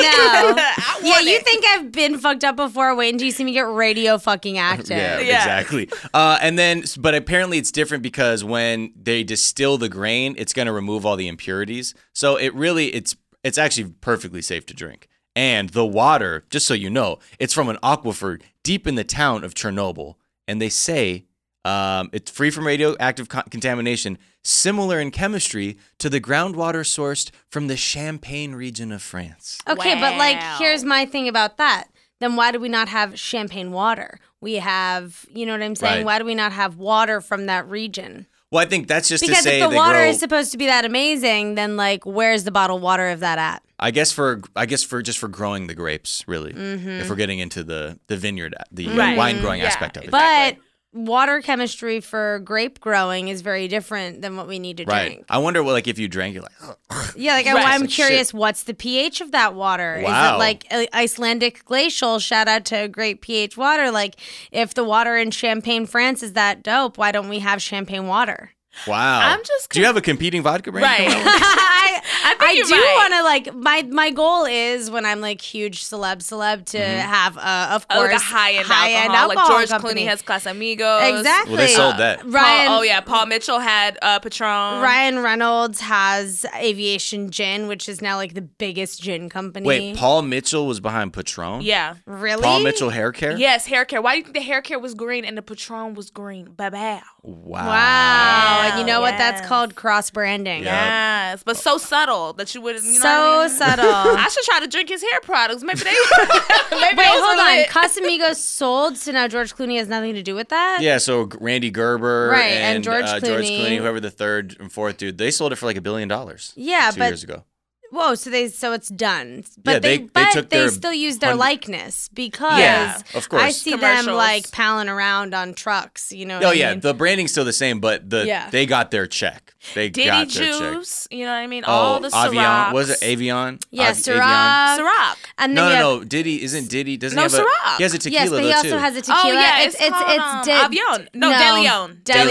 Speaker 2: (laughs)
Speaker 3: know.
Speaker 2: I
Speaker 3: yeah,
Speaker 2: want
Speaker 3: you
Speaker 2: it.
Speaker 3: think I've been fucked up before? Wait until you see me get radio fucking
Speaker 1: (laughs)
Speaker 3: active.
Speaker 1: Yeah,
Speaker 2: Yeah.
Speaker 1: exactly. Uh, and then, but apparently it's different because when they distill the grain, it's going to remove all the impurities. So it really, it's it's actually perfectly safe to drink. And the water, just so you know, it's from an aquifer deep in the town of Chernobyl, and they say um, it's free from radioactive co- contamination, similar in chemistry to the groundwater sourced from the Champagne region of France.
Speaker 3: Okay, but like,
Speaker 2: Wow.
Speaker 3: here's my thing about that. Then why do we not have champagne water? We have, you know what I'm saying?
Speaker 1: Right.
Speaker 3: Why do we not have water from that region?
Speaker 1: Well, I think that's just to
Speaker 3: Because
Speaker 1: say
Speaker 3: if the
Speaker 1: they
Speaker 3: water
Speaker 1: grow-
Speaker 3: is supposed to be that amazing, then like, where's the bottled water of that at?
Speaker 1: I guess for I guess for just for growing the grapes, really.
Speaker 3: Mm-hmm.
Speaker 1: If we're getting into the the vineyard, the uh,
Speaker 2: Right.
Speaker 1: wine growing
Speaker 2: Yeah,
Speaker 1: aspect of it.
Speaker 2: Exactly.
Speaker 3: Mm, But water chemistry for grape growing is very different than what we need to
Speaker 1: right.
Speaker 3: drink.
Speaker 1: I wonder, what, like, if you drank, you're like, "Ugh."
Speaker 3: (laughs) Yeah, like I-
Speaker 2: Right.
Speaker 3: I'm
Speaker 1: Like
Speaker 3: curious, what's the pH of that water? Is
Speaker 1: Wow.
Speaker 3: it like I- Icelandic glacial? Shout out to great pH water. Like, if the water in Champagne, France is that dope, why don't we have champagne water? (laughs)
Speaker 1: wow.
Speaker 2: I'm just
Speaker 1: Do you have a competing vodka brand?
Speaker 2: Right.
Speaker 1: Come on.
Speaker 2: (laughs)
Speaker 3: I, I,
Speaker 2: think you're
Speaker 3: do
Speaker 2: right.
Speaker 3: want to like my my goal is when I'm like huge celeb celeb to have uh, of
Speaker 2: (laughs) Oh,
Speaker 3: course
Speaker 2: like a high end
Speaker 3: high-end
Speaker 2: alcohol. Like
Speaker 3: alcohol
Speaker 2: George
Speaker 3: company.
Speaker 2: Clooney has Casamigos.
Speaker 3: exactly
Speaker 1: Well, they sold that. Paul-
Speaker 3: Ryan
Speaker 2: Paul, oh yeah, Paul Mitchell had uh, Patron.
Speaker 3: Ryan Reynolds has Aviation Gin, which is now like the biggest gin company.
Speaker 1: Wait, Paul Mitchell was behind Patron?
Speaker 2: Yeah.
Speaker 3: really?
Speaker 1: Paul Mitchell hair care?
Speaker 2: Yes, hair care. Why do you think the hair care was green and the Patron was green? Babao.
Speaker 1: Wow.
Speaker 3: Wow. And you know what? That's
Speaker 2: Yes.
Speaker 3: called cross branding.
Speaker 1: Yeah.
Speaker 2: Yes, but so subtle that you wouldn't. You know what I
Speaker 3: So
Speaker 2: mean?
Speaker 3: subtle.
Speaker 2: (laughs) I should try to drink his hair products. Maybe
Speaker 3: (laughs)
Speaker 2: they. maybe
Speaker 3: Wait,
Speaker 2: those
Speaker 3: hold
Speaker 2: are
Speaker 3: on.
Speaker 2: lit.
Speaker 3: Casamigos sold, so now George Clooney has nothing to do with that?
Speaker 1: Yeah, so G- Randy Gerber
Speaker 3: Right,
Speaker 1: and,
Speaker 3: and George
Speaker 1: uh, George
Speaker 3: Clooney.
Speaker 1: Clooney, whoever the third and fourth dude, they sold it for like a billion dollars.
Speaker 3: Yeah,
Speaker 1: two
Speaker 3: but-
Speaker 1: years ago.
Speaker 3: Whoa, so they so it's done. But
Speaker 1: Yeah, they-
Speaker 3: they,
Speaker 1: they
Speaker 3: but
Speaker 1: took
Speaker 3: they
Speaker 1: their
Speaker 3: still use their
Speaker 1: hundred-
Speaker 3: likeness because
Speaker 1: Yeah, of course.
Speaker 3: I see them
Speaker 2: Commercials.
Speaker 3: like palling around on trucks, you know. what
Speaker 1: Oh
Speaker 3: I
Speaker 1: yeah,
Speaker 3: mean?
Speaker 1: the branding's still the same, but the
Speaker 3: Yeah.
Speaker 1: they got their check. They
Speaker 2: Diddy
Speaker 1: got their check.
Speaker 2: juice. You know what I mean?
Speaker 1: Oh,
Speaker 2: All the
Speaker 1: Avion
Speaker 2: Ciroc.
Speaker 1: was it Avion?
Speaker 3: Yeah,
Speaker 1: Av-
Speaker 3: Ciroc.
Speaker 2: Ciroc.
Speaker 3: and
Speaker 1: No,
Speaker 3: then you
Speaker 1: no,
Speaker 3: have-
Speaker 1: no. Diddy isn't Diddy. Doesn't
Speaker 2: No,
Speaker 1: he have a,
Speaker 2: Ciroc.
Speaker 1: He has a tequila
Speaker 3: Yes, but he
Speaker 1: though
Speaker 3: also
Speaker 1: too.
Speaker 3: has a tequila.
Speaker 2: Oh yeah, it's,
Speaker 3: it's it's
Speaker 2: called,
Speaker 3: it's
Speaker 2: um,
Speaker 3: De-
Speaker 2: Avion. No, De Leon.
Speaker 3: De
Speaker 1: Leon.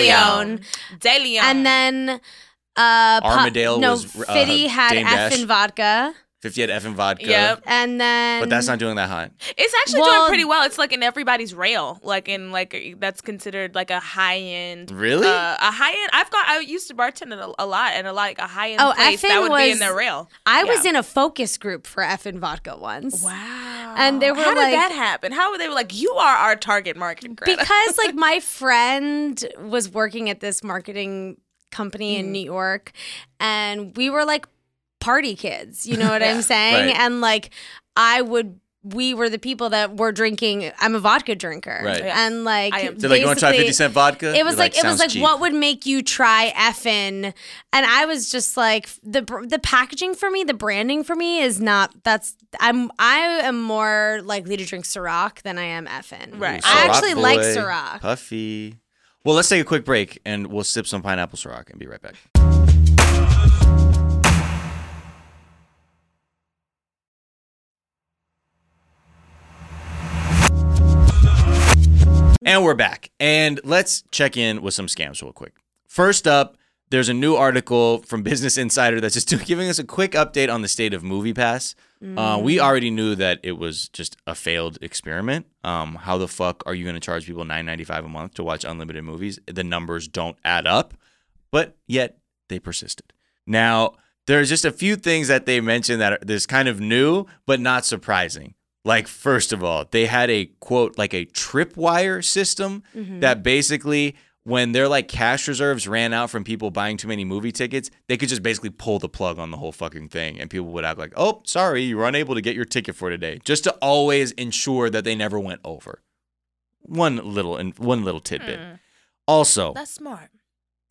Speaker 3: Leon.
Speaker 2: De Leon.
Speaker 3: And then uh Pu-
Speaker 1: Armadale
Speaker 3: no,
Speaker 1: was, uh,
Speaker 3: Fitty had
Speaker 1: Dame
Speaker 3: F
Speaker 1: Dash.
Speaker 3: and vodka.
Speaker 1: Fifty had effing vodka.
Speaker 2: Yep.
Speaker 3: And then
Speaker 1: But that's not doing that hot.
Speaker 2: It's actually
Speaker 3: Well-
Speaker 2: doing pretty well. It's like in everybody's rail, like in like that's considered like a high end.
Speaker 1: Really?
Speaker 2: Uh, a high end. I've got. I used to bartend at a, a lot, and a lot like a high end
Speaker 3: Oh,
Speaker 2: place that
Speaker 3: effing
Speaker 2: would be in
Speaker 3: was-
Speaker 2: their rail.
Speaker 3: I was
Speaker 2: Yeah.
Speaker 3: in a focus group for F and vodka once.
Speaker 2: Wow.
Speaker 3: And they were
Speaker 2: How
Speaker 3: like-
Speaker 2: did that happen? How were they were like? You are our target market. Greta."
Speaker 3: because
Speaker 2: (laughs)
Speaker 3: like my friend was working at this marketing company
Speaker 2: Mm.
Speaker 3: in New York and we were like party kids, you
Speaker 2: (laughs)
Speaker 3: know what I'm saying?
Speaker 1: Right.
Speaker 3: And like I would we were the people that were drinking I'm a vodka drinker.
Speaker 1: Right. Yeah.
Speaker 3: And like
Speaker 2: I am
Speaker 1: So like, you want to try
Speaker 3: basically-
Speaker 1: fifty cent vodka?
Speaker 3: it was
Speaker 1: You're
Speaker 3: like, it was
Speaker 1: sounds
Speaker 3: like
Speaker 1: cheap.
Speaker 3: what would make you try effin and i was just like the br- the packaging for me the branding for me is not that's i'm i am more likely to drink Ciroc than i am effin
Speaker 2: Right.
Speaker 3: i
Speaker 1: Ciroc
Speaker 3: actually like
Speaker 1: boy,
Speaker 3: Ciroc.
Speaker 1: Puffy. Well, let's take a quick break and we'll sip some pineapple Ciroc and be right back. And we're back. And let's check in with some scams real quick. First up, there's a new article from (laughs) Business Insider that's just (laughs) giving us a quick update on the state of MoviePass. Uh, we already knew that it was just a failed experiment. Um, how the fuck are you going to charge people $9.95 a month to watch unlimited movies? The numbers don't add up, but yet they persisted. Now, there's just a few things that they mentioned that are, there's kind of new, but not surprising. Like, first of all, they had a quote, like a tripwire system that basically, when their like cash reserves ran out from people buying too many movie tickets, they could just basically pull the plug on the whole fucking thing. And people would act like, oh, sorry, you were unable to get your ticket for today, just to always ensure that they never went over. One little and one little tidbit. Also,
Speaker 2: That's smart.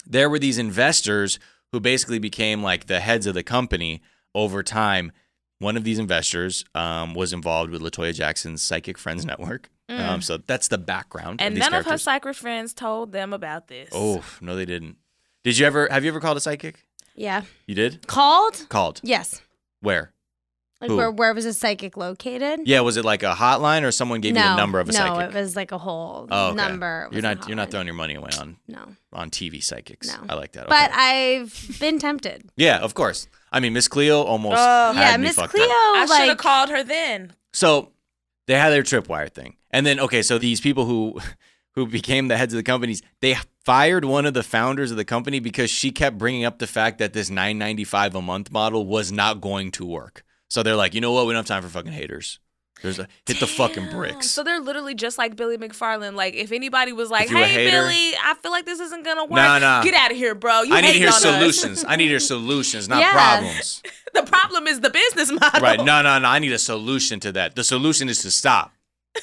Speaker 1: there were these investors who basically became like the heads of the company over time. One of these investors um, was involved with Latoya Jackson's Psychic Friends Network.
Speaker 3: Mm.
Speaker 1: Um, so that's the background. of
Speaker 2: And
Speaker 1: these
Speaker 2: none of her
Speaker 1: characters.
Speaker 2: psychic friends told them about this.
Speaker 1: Oh no, they didn't. Did you ever? Have you ever called a psychic?
Speaker 3: Yeah.
Speaker 1: You did.
Speaker 3: Called?
Speaker 1: Called.
Speaker 3: Yes.
Speaker 1: Where?
Speaker 3: Like
Speaker 1: Who?
Speaker 3: where where was the psychic located?
Speaker 1: Yeah. Was it like a hotline or someone gave you the number of a
Speaker 3: no,
Speaker 1: psychic?
Speaker 3: it was like a whole
Speaker 1: oh, okay.
Speaker 3: number. It
Speaker 1: You're
Speaker 3: wasn't
Speaker 1: not. You're not
Speaker 3: hotline.
Speaker 1: throwing your money away on
Speaker 3: No.
Speaker 1: on TV psychics.
Speaker 3: No.
Speaker 1: I like that.
Speaker 3: But
Speaker 1: Okay.
Speaker 3: I've been tempted.
Speaker 1: yeah, of course. I mean, Miss Cleo almost.
Speaker 2: Oh.
Speaker 1: had
Speaker 3: yeah,
Speaker 1: me
Speaker 3: Miss
Speaker 1: fucked
Speaker 3: Cleo,
Speaker 1: up.
Speaker 2: I should have
Speaker 3: like
Speaker 2: called her then.
Speaker 1: So they had their tripwire thing, and then okay, so these people who (laughs) who became the heads of the companies, they fired one of the founders of the company because she kept bringing up the fact that this 9.95 a month model was not going to work. So they're like, you know what? We don't have time for fucking haters. There's a hit the fucking
Speaker 2: Damn.
Speaker 1: bricks.
Speaker 2: So they're literally just like Billy McFarland. Like if anybody was like,
Speaker 1: If you a
Speaker 2: "Hey
Speaker 1: hater-
Speaker 2: Billy, I feel like this isn't gonna work.
Speaker 1: Nah, nah.
Speaker 2: Get out of here, bro. You
Speaker 1: I need to
Speaker 2: hating
Speaker 1: hear
Speaker 2: on us."
Speaker 1: solutions. I need to hear solutions, not
Speaker 3: Yeah.
Speaker 1: problems.
Speaker 2: (laughs) the problem is the business
Speaker 3: (laughs)
Speaker 2: model.
Speaker 1: Right?
Speaker 2: (laughs)
Speaker 1: No, no, no. I need a solution to that. The solution is to stop.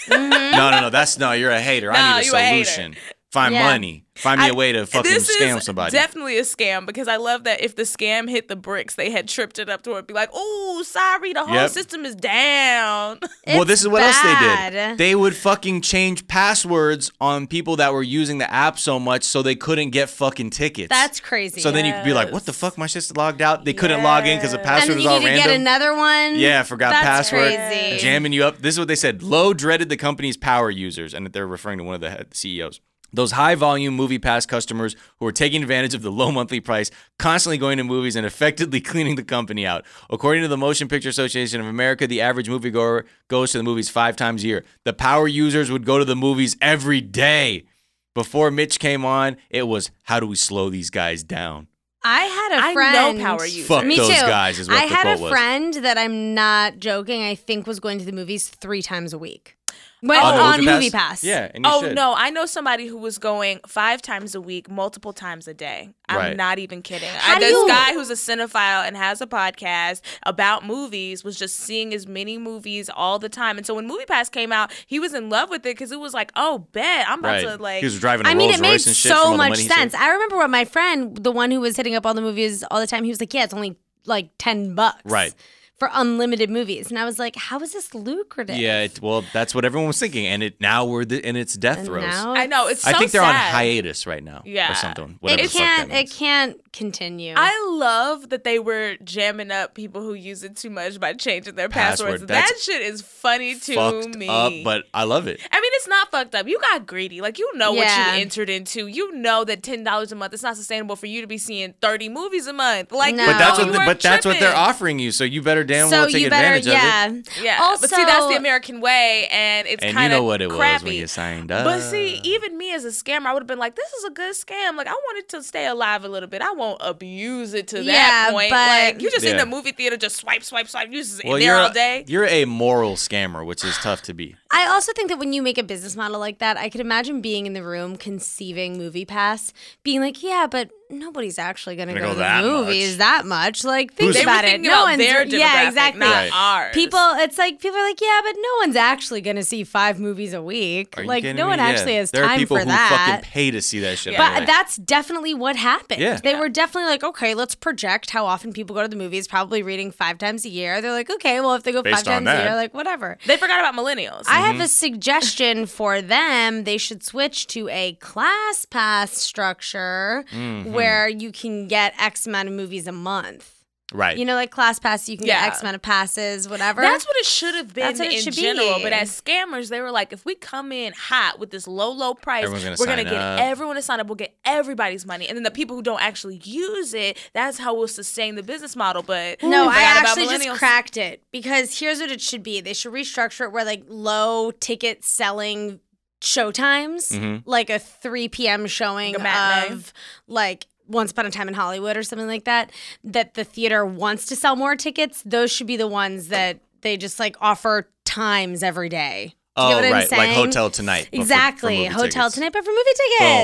Speaker 3: Mm-hmm.
Speaker 1: No, no, no. That's no. You're a hater.
Speaker 2: Nah,
Speaker 1: I need a
Speaker 2: you a hater.
Speaker 1: solution. Find
Speaker 3: Yeah.
Speaker 1: money. Find me a
Speaker 2: I-
Speaker 1: way to fucking
Speaker 2: this
Speaker 1: scam
Speaker 2: is
Speaker 1: somebody.
Speaker 2: definitely a scam because I love that if the scam hit the bricks, they had tripped it up to where it'd be like, "Oh, sorry, the whole
Speaker 1: Yep.
Speaker 2: system is down." (laughs)
Speaker 1: well, this
Speaker 3: It's
Speaker 1: is what else they
Speaker 3: bad.
Speaker 1: did. They would fucking change passwords on people that were using the app so much so they couldn't get fucking tickets.
Speaker 3: That's crazy.
Speaker 1: so then you could be like, what the fuck? My shit's logged out. They couldn't log in because the
Speaker 3: and
Speaker 1: password
Speaker 3: then
Speaker 1: was
Speaker 3: you
Speaker 1: all
Speaker 3: need to
Speaker 1: random.
Speaker 3: get another one.
Speaker 1: yeah,
Speaker 3: (laughs)
Speaker 1: I forgot
Speaker 3: That's
Speaker 1: password.
Speaker 3: Crazy.
Speaker 1: Jamming you up. This is what they said. Low dreaded the company's power users, and they're referring to one of the head- CEOs. Those high volume movie pass customers who are taking advantage of the low monthly price, constantly going to movies and effectively (laughs) cleaning the company out. According to the Motion Picture Association of America, the average moviegoer goes to the movies five times a year. The power users would go to the movies every day. Before Mitch came on, it was how do we slow these guys down?
Speaker 3: I had
Speaker 2: I know
Speaker 3: a friend.
Speaker 2: power users.
Speaker 1: Fuck
Speaker 3: Me
Speaker 1: those
Speaker 3: too.
Speaker 1: guys is what
Speaker 3: I
Speaker 1: the
Speaker 3: had
Speaker 1: quote
Speaker 3: a
Speaker 1: was.
Speaker 3: friend that I'm not joking. I think was going to the movies three times a week. When,
Speaker 1: On Oh, the
Speaker 3: on
Speaker 1: MoviePass?
Speaker 3: MoviePass. Pass.
Speaker 1: Yeah. And you
Speaker 2: Oh
Speaker 1: should.
Speaker 2: no, I know somebody who was going five times a week, multiple times a day. I'm
Speaker 1: Right.
Speaker 2: not even kidding.
Speaker 3: How
Speaker 2: I,
Speaker 3: do
Speaker 2: this
Speaker 3: you-
Speaker 2: guy who's a cinephile and has a podcast about movies was just seeing as many movies all the time. And so when Movie Pass came out, he was in love with it because it was like, oh, bet I'm about
Speaker 1: Right.
Speaker 2: to like.
Speaker 1: he was driving a
Speaker 3: I mean,
Speaker 1: Rolls
Speaker 3: it made
Speaker 1: Royce and shit from all
Speaker 3: so
Speaker 1: the
Speaker 3: much
Speaker 1: money he saved.
Speaker 3: sense. I remember when my friend, the one who was hitting up all the movies all the time, he was like, "Yeah, it's only like ten bucks,
Speaker 1: Right.
Speaker 3: for unlimited movies." And I was like, "How is this lucrative?"
Speaker 1: Yeah, it, well, that's what everyone was thinking, and it now we're the, in its death
Speaker 3: And
Speaker 1: throes.
Speaker 3: now
Speaker 2: I know it's.
Speaker 1: I
Speaker 2: so
Speaker 1: think they're
Speaker 2: sad.
Speaker 1: on hiatus right now, or
Speaker 2: Yeah.
Speaker 1: something. Whatever
Speaker 3: it
Speaker 1: the fuck that
Speaker 3: can't. It
Speaker 1: means.
Speaker 3: can't continue.
Speaker 2: I love that they were jamming up people who use it too much by changing their
Speaker 1: Password.
Speaker 2: passwords.
Speaker 1: That's
Speaker 2: That shit is funny to
Speaker 1: Fucked
Speaker 2: me.
Speaker 1: up, but I love it.
Speaker 2: I mean, it's not fucked up. You got greedy. Like you know
Speaker 3: Yeah.
Speaker 2: what you entered into. You know that ten dollars a month is not sustainable for you to be seeing thirty movies a month. Like,
Speaker 3: No.
Speaker 2: you
Speaker 1: But that's
Speaker 2: know
Speaker 1: what.
Speaker 2: you
Speaker 1: The,
Speaker 2: weren't
Speaker 1: but that's what they're
Speaker 2: tripping.
Speaker 1: offering you. So you better damn
Speaker 3: so
Speaker 1: well take
Speaker 3: you better,
Speaker 1: advantage
Speaker 3: yeah.
Speaker 1: of it.
Speaker 2: Yeah,
Speaker 3: Also,
Speaker 2: but see, that's the American way, and it's
Speaker 1: And
Speaker 2: kind
Speaker 1: you
Speaker 2: of
Speaker 1: know what it
Speaker 2: crappy.
Speaker 1: was when you signed up.
Speaker 2: But see, even me as a scammer, I would have been like, "This is a good scam. Like, I wanted to stay alive a little bit. I won't abuse it to that
Speaker 3: Yeah,
Speaker 2: point.
Speaker 3: but-
Speaker 2: like, you just in
Speaker 1: Yeah.
Speaker 2: the movie theater, just swipe, swipe, swipe. You just
Speaker 1: well,
Speaker 2: in there
Speaker 1: you're
Speaker 2: all
Speaker 1: a-
Speaker 2: day.
Speaker 1: You're a moral scammer, which is tough to be.
Speaker 3: I also think that when you make a business model like that, I could imagine being in the room conceiving Movie Pass, being like, "Yeah, but nobody's actually going to
Speaker 1: Gonna
Speaker 3: go
Speaker 1: go
Speaker 3: to
Speaker 1: that
Speaker 3: the movies
Speaker 1: much."
Speaker 3: that much." Like,
Speaker 1: Who's-
Speaker 3: think
Speaker 2: they
Speaker 3: about
Speaker 2: were
Speaker 3: it.
Speaker 2: thinking
Speaker 3: no
Speaker 2: about
Speaker 3: one's
Speaker 2: their demographic,
Speaker 3: yeah, exactly.
Speaker 2: not
Speaker 1: Right.
Speaker 2: ours.
Speaker 3: People, it's like people are like, "Yeah, but no one's actually going to see five movies a week."
Speaker 1: Are you
Speaker 3: Like,
Speaker 1: kidding
Speaker 3: no
Speaker 1: me?
Speaker 3: one
Speaker 1: Yeah.
Speaker 3: actually has
Speaker 1: There are
Speaker 3: time
Speaker 1: people
Speaker 3: for
Speaker 1: who
Speaker 3: that.
Speaker 1: fucking pay to see that shit.
Speaker 2: Yeah.
Speaker 1: I'm
Speaker 3: But
Speaker 1: like,
Speaker 3: that's definitely what happened.
Speaker 1: Yeah.
Speaker 3: They were definitely like, okay, let's project how often people go to the movies, probably reading five times a year. They're like, okay, well, if they go
Speaker 1: Based
Speaker 3: five
Speaker 1: on
Speaker 3: times a
Speaker 1: that.
Speaker 3: year, like, whatever.
Speaker 2: They forgot about millennials.
Speaker 3: I have a suggestion for them. They should switch to a class pass structure where you can get X amount of movies a month.
Speaker 1: right.
Speaker 3: You know, like class pass, you can
Speaker 2: Yeah.
Speaker 3: get X amount of passes, whatever.
Speaker 2: That's what it should have been
Speaker 3: That's what it
Speaker 2: in
Speaker 3: should
Speaker 2: general.
Speaker 3: be.
Speaker 2: But as scammers, they were like, if we come in hot with this low, low price,
Speaker 1: Everyone's gonna
Speaker 2: we're gonna
Speaker 1: sign
Speaker 2: get
Speaker 1: up.
Speaker 2: everyone to sign up. We'll get everybody's money, and then the people who don't actually use it, that's how we'll sustain the business model. But
Speaker 3: No,
Speaker 2: we
Speaker 3: I
Speaker 2: forgot about
Speaker 3: actually just
Speaker 2: millennials.
Speaker 3: cracked it because here's what it should be. They should restructure it where like low ticket selling showtimes,
Speaker 1: Mm-hmm.
Speaker 3: like a 3 p.m. showing
Speaker 2: Like a matinee.
Speaker 3: of like once upon a time in Hollywood or something like that, that the theater wants to sell more tickets. Those should be the ones that they just like offer times every day. Do
Speaker 1: oh,
Speaker 3: you get what I'm
Speaker 1: right. Like
Speaker 3: saying?
Speaker 1: hotel tonight. but for- for
Speaker 3: Exactly.
Speaker 1: movie
Speaker 3: Hotel
Speaker 1: tickets.
Speaker 3: tonight, but for movie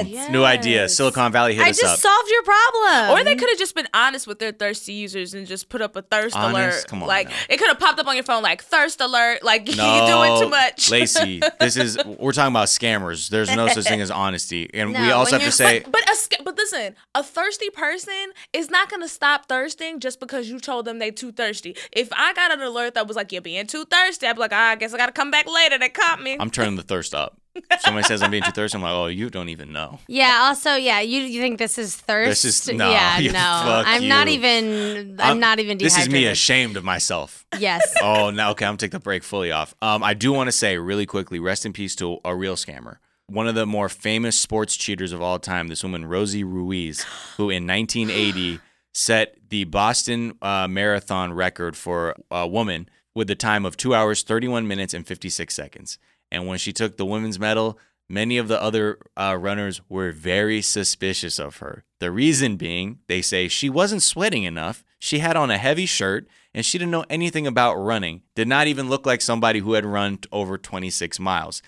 Speaker 3: tickets.
Speaker 1: Boom. New idea.
Speaker 2: Yes.
Speaker 1: Silicon Valley hit
Speaker 3: I
Speaker 1: us
Speaker 3: just
Speaker 1: up.
Speaker 3: solved your problem.
Speaker 2: Or they could have just been honest with their thirsty users and just put up a thirst
Speaker 1: Honest?
Speaker 2: alert.
Speaker 1: Come on
Speaker 2: like
Speaker 1: now.
Speaker 2: it could have popped up on your phone, like thirst alert. Like (laughs) you're doing too much. (laughs)
Speaker 1: Lacey, this is we're talking about scammers. There's no such thing as honesty, and we
Speaker 3: No,
Speaker 1: also
Speaker 3: when
Speaker 1: have to
Speaker 3: you're-
Speaker 1: say.
Speaker 2: But but, a, sca- but listen, a thirsty person is not gonna stop thirsting just because you told them they too thirsty. If I got an alert that was like you're being too thirsty, I'd be like, ah, I guess I gotta come back later. They caught me.
Speaker 1: I'm turning the thirst up. If somebody says I'm being too thirsty. I'm like, oh, you don't even know.
Speaker 3: Yeah. Also, yeah. You you think this is thirst?
Speaker 1: This is- no, (laughs)
Speaker 3: yeah.
Speaker 1: you-
Speaker 3: No.
Speaker 1: fuck
Speaker 3: I'm not
Speaker 1: you.
Speaker 3: even. I'm, not even.
Speaker 1: This is me
Speaker 3: Dehydrated.
Speaker 1: (laughs) ashamed of myself.
Speaker 3: Yes.
Speaker 1: oh, now okay, I'm gonna take the break fully off. Um, I do want to say really quickly, rest in peace to a real scammer. One of the more famous sports cheaters of all time, this woman Rosie Ruiz, who in
Speaker 3: (gasps)
Speaker 1: 1980 set the Boston uh, Marathon record for a woman with the time of two hours 31 minutes and 56 seconds. And when she took the women's medal, many of the other uh, runners were very suspicious of her. The reason being, they say she wasn't sweating enough. She had on a heavy shirt and she didn't know anything about running, did not even look like somebody who had run t- over 26 miles.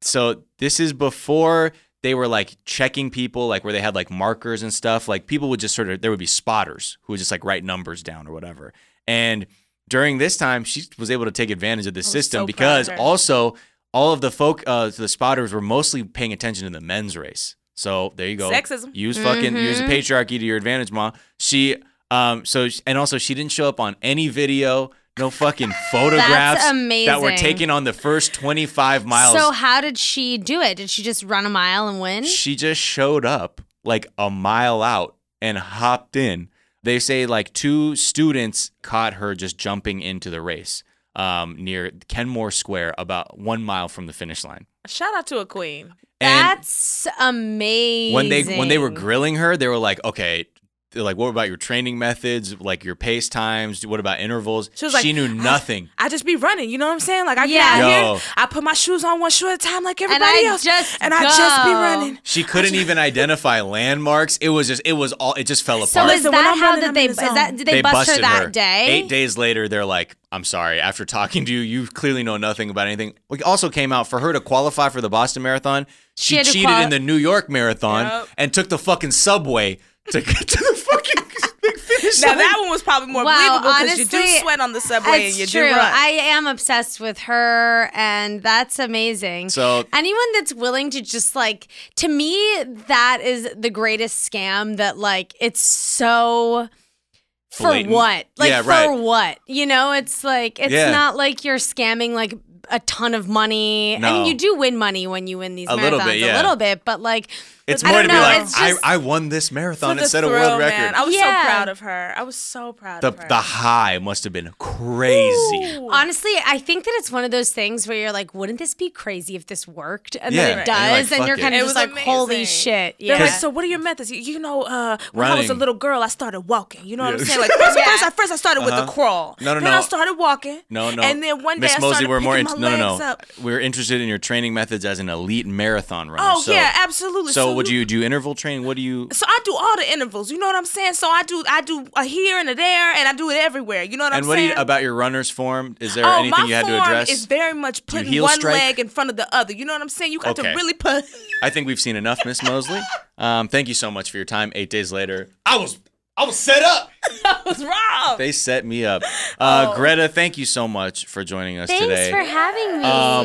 Speaker 1: So this is before they were like checking people, like where they had like markers and stuff. Like people would just sort of there would be spotters who would just like write numbers down or whatever. And during this time, she was able to take advantage of the system
Speaker 2: so proud
Speaker 1: because
Speaker 2: of her.
Speaker 1: also all of the folk, uh, the spotters were mostly paying attention to the men's race. So there you go.
Speaker 2: Sexism. Mm-hmm.
Speaker 1: Use fucking use the patriarchy to your advantage, ma. She um so and also she didn't show up on any video. No
Speaker 2: (laughs)
Speaker 1: fucking photographs that were
Speaker 3: amazing.
Speaker 1: taken on the first 25 miles
Speaker 3: So how did she do it? Did she just run a mile and win?
Speaker 1: she just showed up like a mile out and hopped in. They say like two students caught her just jumping into the race um, near Kenmore Square, about one mile from the finish line.
Speaker 2: Shout out to a queen.
Speaker 1: And
Speaker 3: That's amazing.
Speaker 1: when they when they were grilling her, they were like, "Okay, they're like, what about your training methods? Like your pace times? What about intervals?"
Speaker 2: She was like,
Speaker 1: she knew
Speaker 2: "I-
Speaker 1: nothing.
Speaker 2: I just be running, you know what I'm saying? Like I get
Speaker 3: Yeah.
Speaker 2: out
Speaker 1: Yo.
Speaker 2: here, I put my shoes on one shoe at a time, like everybody
Speaker 3: I
Speaker 2: else,
Speaker 3: just
Speaker 2: and I just be
Speaker 1: (laughs)
Speaker 3: go.
Speaker 2: running.
Speaker 1: She couldn't even identify landmarks. It was just it was all it just fell
Speaker 3: So
Speaker 1: apart.
Speaker 3: is
Speaker 2: Listen, when
Speaker 3: that
Speaker 2: I'm
Speaker 3: how
Speaker 2: running,
Speaker 3: did
Speaker 2: I'm
Speaker 3: they?
Speaker 2: in
Speaker 3: Is
Speaker 2: the
Speaker 3: that
Speaker 2: zone.
Speaker 3: did they, bust her that day?
Speaker 1: Eight days later, they're like, "I'm sorry. After talking to you, you clearly know nothing about anything." We also came out for her to qualify for the Boston Marathon. She,
Speaker 3: She had to
Speaker 1: cheated
Speaker 3: quali-
Speaker 1: in the New York Marathon
Speaker 2: Yep.
Speaker 1: and took the fucking subway to (laughs) get to the
Speaker 2: (laughs)
Speaker 1: fucking finish
Speaker 2: Now
Speaker 1: line.
Speaker 2: that one was probably more
Speaker 3: Wow,
Speaker 2: believable because you do
Speaker 3: honestly,
Speaker 2: sweat on the subway and you
Speaker 3: It's true.
Speaker 2: do run.
Speaker 3: I am obsessed with her, and that's amazing.
Speaker 1: So-
Speaker 3: anyone that's willing to just like to me, that is the greatest scam. That like it's so. For
Speaker 1: Blatant.
Speaker 3: what? Like
Speaker 1: Yeah,
Speaker 3: for
Speaker 1: right.
Speaker 3: what? You know, it's like it's
Speaker 1: Yeah.
Speaker 3: not like you're scamming like a ton of money.
Speaker 1: No.
Speaker 3: And you do win money when you win these
Speaker 1: A
Speaker 3: marathons
Speaker 1: little bit, yeah.
Speaker 3: a little bit, but like
Speaker 1: it's
Speaker 3: I
Speaker 1: more to
Speaker 3: don't
Speaker 1: be
Speaker 3: know,
Speaker 1: like,
Speaker 3: it's just-
Speaker 1: I, "I won this marathon
Speaker 2: The
Speaker 1: and set a
Speaker 2: thrill,
Speaker 1: world record."
Speaker 2: man. I was
Speaker 3: Yeah.
Speaker 2: so proud of her. I was so proud
Speaker 1: the
Speaker 2: of her.
Speaker 1: the high must have been crazy.
Speaker 3: Honestly, I think that it's one of those things where you're like, wouldn't this be crazy if this worked? And
Speaker 1: Yeah,
Speaker 3: then
Speaker 1: and
Speaker 3: it
Speaker 1: you're like,
Speaker 3: does, and
Speaker 1: fuck
Speaker 3: you're,
Speaker 1: it.
Speaker 3: kind
Speaker 2: It
Speaker 3: of
Speaker 2: was
Speaker 3: just like, holy
Speaker 2: amazing.
Speaker 3: shit.
Speaker 2: They're
Speaker 3: Yeah.
Speaker 2: like, so what are your methods? You, you know, uh, when I was a
Speaker 1: Running.
Speaker 2: little girl, I started walking. You know what
Speaker 1: Yeah. Uh-huh.
Speaker 2: I'm saying? Like first,
Speaker 3: (laughs) Yeah.
Speaker 2: first, I, first I started with the crawl.
Speaker 1: No, no,
Speaker 2: then
Speaker 1: no.
Speaker 2: I started walking.
Speaker 1: No, no.
Speaker 2: And then one day
Speaker 1: Miss
Speaker 2: I
Speaker 1: Mosley,
Speaker 2: started
Speaker 1: we're more
Speaker 2: picking
Speaker 1: int-
Speaker 2: my
Speaker 1: no, no,
Speaker 2: legs
Speaker 1: no.
Speaker 2: up.
Speaker 1: We're interested in your training methods as an elite marathon runner.
Speaker 2: Oh
Speaker 1: so,
Speaker 2: yeah, absolutely.
Speaker 1: So, would
Speaker 2: you?
Speaker 1: you do interval training? What do you?
Speaker 2: So I do all the intervals. You know what I'm saying? So I do I do a here and a there, and I do it everywhere. You know what
Speaker 1: and
Speaker 2: I'm
Speaker 1: what do
Speaker 2: saying?
Speaker 1: you about your runner's form? Is there
Speaker 2: oh,
Speaker 1: anything
Speaker 2: my
Speaker 1: you had
Speaker 2: form
Speaker 1: to address?
Speaker 2: is very much putting
Speaker 1: heel
Speaker 2: one
Speaker 1: strike?
Speaker 2: leg in front of the other. You know what I'm saying? You got
Speaker 1: Okay.
Speaker 2: to really put. (laughs)
Speaker 1: I think we've seen enough, Miss
Speaker 3: (laughs)
Speaker 1: Mosley. Um, thank you so much for your time. Eight days later, I was I was set up.
Speaker 2: What's wrong?
Speaker 1: They set me up. Uh, Greta, thank you so much for joining us
Speaker 3: Oh. Thanks
Speaker 1: today.
Speaker 3: for having me.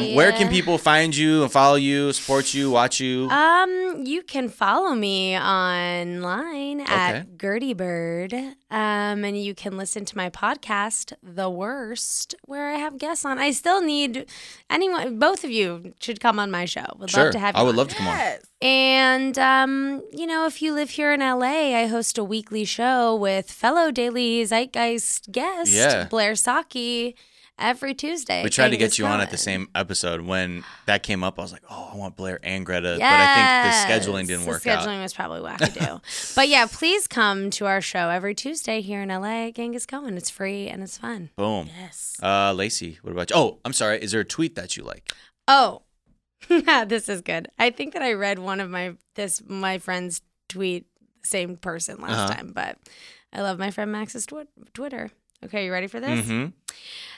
Speaker 1: um, where can people find you and follow you, support you, watch you?
Speaker 3: Um, you can follow me online
Speaker 1: Okay.
Speaker 3: at Gertie Bird. Um, and you can listen to my podcast, The Worst, where I have guests on. I still need anyone, both of you should come on my show. Would
Speaker 1: sure,
Speaker 3: love to have you.
Speaker 1: I would
Speaker 3: on.
Speaker 1: love to come on.
Speaker 2: Yes.
Speaker 3: And, um, you know, if you live here in LA, I host a weekly show with fellow Daily Zeitgeist guest,
Speaker 1: Yeah.
Speaker 3: Blair Saki, every Tuesday.
Speaker 1: We tried to
Speaker 3: Thank
Speaker 1: get you on at the
Speaker 3: Scotland.
Speaker 1: same episode. When that came up, I was like, "Oh, I want Blair and Greta," but I think the scheduling
Speaker 3: Yes,
Speaker 1: didn't
Speaker 3: the
Speaker 1: work out.
Speaker 3: scheduling was probably wackadoo. but yeah, please come to our show every Tuesday here in LA, Genghis Cohen. It's free and it's fun.
Speaker 1: Boom. Yes. Uh, Lacey, what about you? Oh, I'm sorry. Is there a tweet that you like?
Speaker 3: Oh, (laughs) this is good. I think that I read one of my this my friend's tweet, same person
Speaker 1: Uh-huh.
Speaker 3: last time, but I love my friend Max's tw- Twitter. Okay, you ready for this?
Speaker 1: Mhm.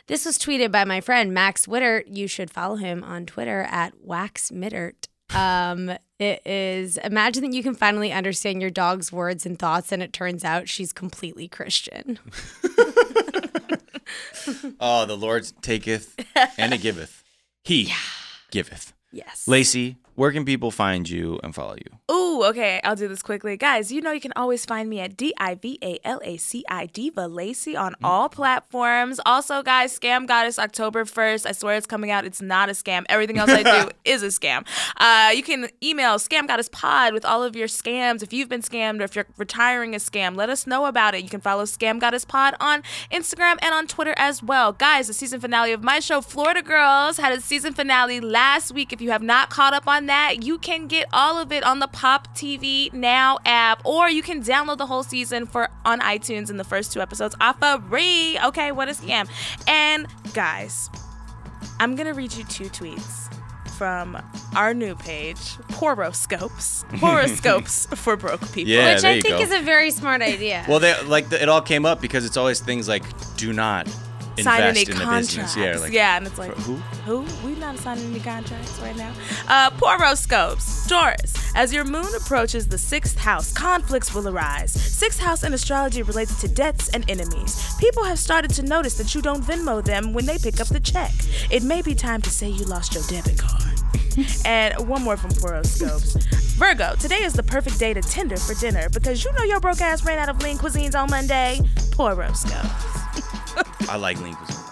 Speaker 3: This was tweeted by my friend Max Wittert. You should follow him on Twitter at waxmittert. Um, (laughs) it is imagine that you can finally understand your dog's words and thoughts, and it turns out she's completely Christian. (laughs)
Speaker 1: Oh, the Lord taketh
Speaker 2: (laughs)
Speaker 1: and it giveth. He giveth.
Speaker 3: Yes.
Speaker 1: Lacey, where can people find you and follow you?
Speaker 2: Ooh, Ooh, okay, I'll do this quickly. Guys, you know you can always find me at D I V A L A C I Diva Lacey on all platforms. Also, guys, Scam Goddess October 1st. I swear it's coming out. It's not a scam. Everything else I do is a scam. Uh, you can email Scam Goddess Pod with all of your scams. If you've been scammed or if you're retiring a scam, let us know about it. You can follow Scam Goddess Pod on Instagram and on Twitter as well. Guys, the season finale of my show, Florida Girls, had a season finale last week. If you have not caught up on that, you can get all of it on the Pop TV Now app, or you can download the whole season for on iTunes in the first two episodes are free. Okay, what a scam. And guys, I'm gonna read you two tweets from our new page, Horoscopes. Horoscopes for broke people.
Speaker 1: Yeah,
Speaker 3: Which
Speaker 1: there
Speaker 3: I
Speaker 1: you
Speaker 3: think
Speaker 1: go.
Speaker 3: is a very smart idea.
Speaker 1: Well, they like the, it all came up because it's always things like do not
Speaker 2: sign
Speaker 1: invest
Speaker 2: any
Speaker 1: in the
Speaker 2: contracts.
Speaker 1: business. Yeah, like
Speaker 2: and it's like,
Speaker 1: For who?
Speaker 2: Who? We're not signing any contracts right now. Uh, Poroscopes. Taurus. As your moon approaches the sixth house, conflicts will arise. Sixth house in astrology relates to debts and enemies. People have started to notice that you don't Venmo them when they pick up the check. It may be time to say you lost your
Speaker 1: (laughs)
Speaker 2: debit card. And one more from Horoscopes. Virgo, today is the perfect day to tender for dinner because you know your broke ass ran out of lean cuisines on Monday. Horoscopes.
Speaker 1: I like lean cuisine.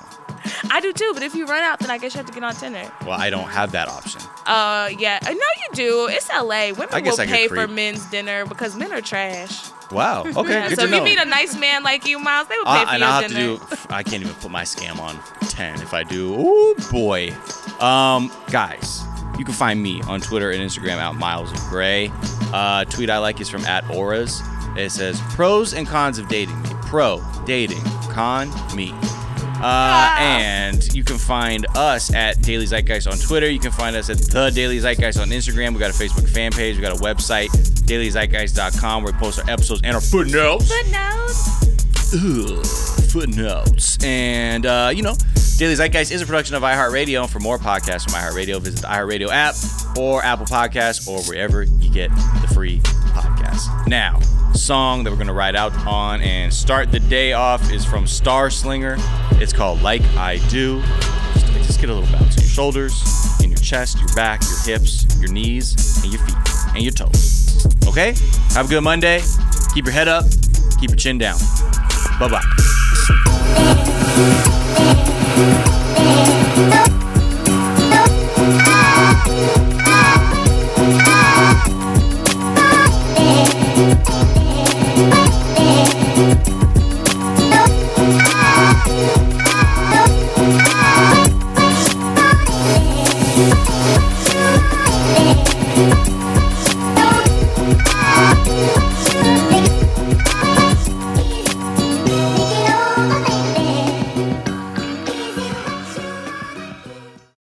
Speaker 2: I do too, but if you run out, then I guess you have to get on Tinder.
Speaker 1: Well, I don't have that option.
Speaker 2: Uh, yeah. Uh, No, you do. It's LA. Women
Speaker 1: I guess
Speaker 2: will
Speaker 1: I could
Speaker 2: pay for
Speaker 1: creep.
Speaker 2: men's dinner because men are trash. (laughs)
Speaker 1: Wow. Okay.
Speaker 2: Yeah,
Speaker 1: good
Speaker 2: so
Speaker 1: to
Speaker 2: if
Speaker 1: know.
Speaker 2: you meet a nice man like you, Miles, they will pay
Speaker 1: I,
Speaker 2: for
Speaker 1: and
Speaker 2: your
Speaker 1: I'll have
Speaker 2: dinner.
Speaker 1: to do. I can't even put my scam on ten. If I do, oh boy, um, guys, you can find me on Twitter and Instagram at Miles of Gray. Uh, tweet I like is from at Auras. It says pros and cons of dating me. Pro dating, con me. Uh, and you can find us at Daily Zeitgeist on Twitter. You can find us at The Daily Zeitgeist on Instagram. We got a Facebook fan page. We got a website, dailyzeitgeist.com, where we post our episodes and our footnotes ugh, footnotes. And, uh, you know, Daily Zeitgeist is a production of iHeartRadio. For more podcasts from iHeartRadio, visit the iHeartRadio app or Apple Podcasts or wherever you get the free podcast. Now, song that we're going to ride out on and start the day off is from Star Slinger. It's called Like I Do. Just, just get a little bounce in your shoulders, in your chest, your back, your hips, your knees, and your feet, and your toes. Okay? Have a good Monday. Keep your head up. Keep your chin down. Bye bye.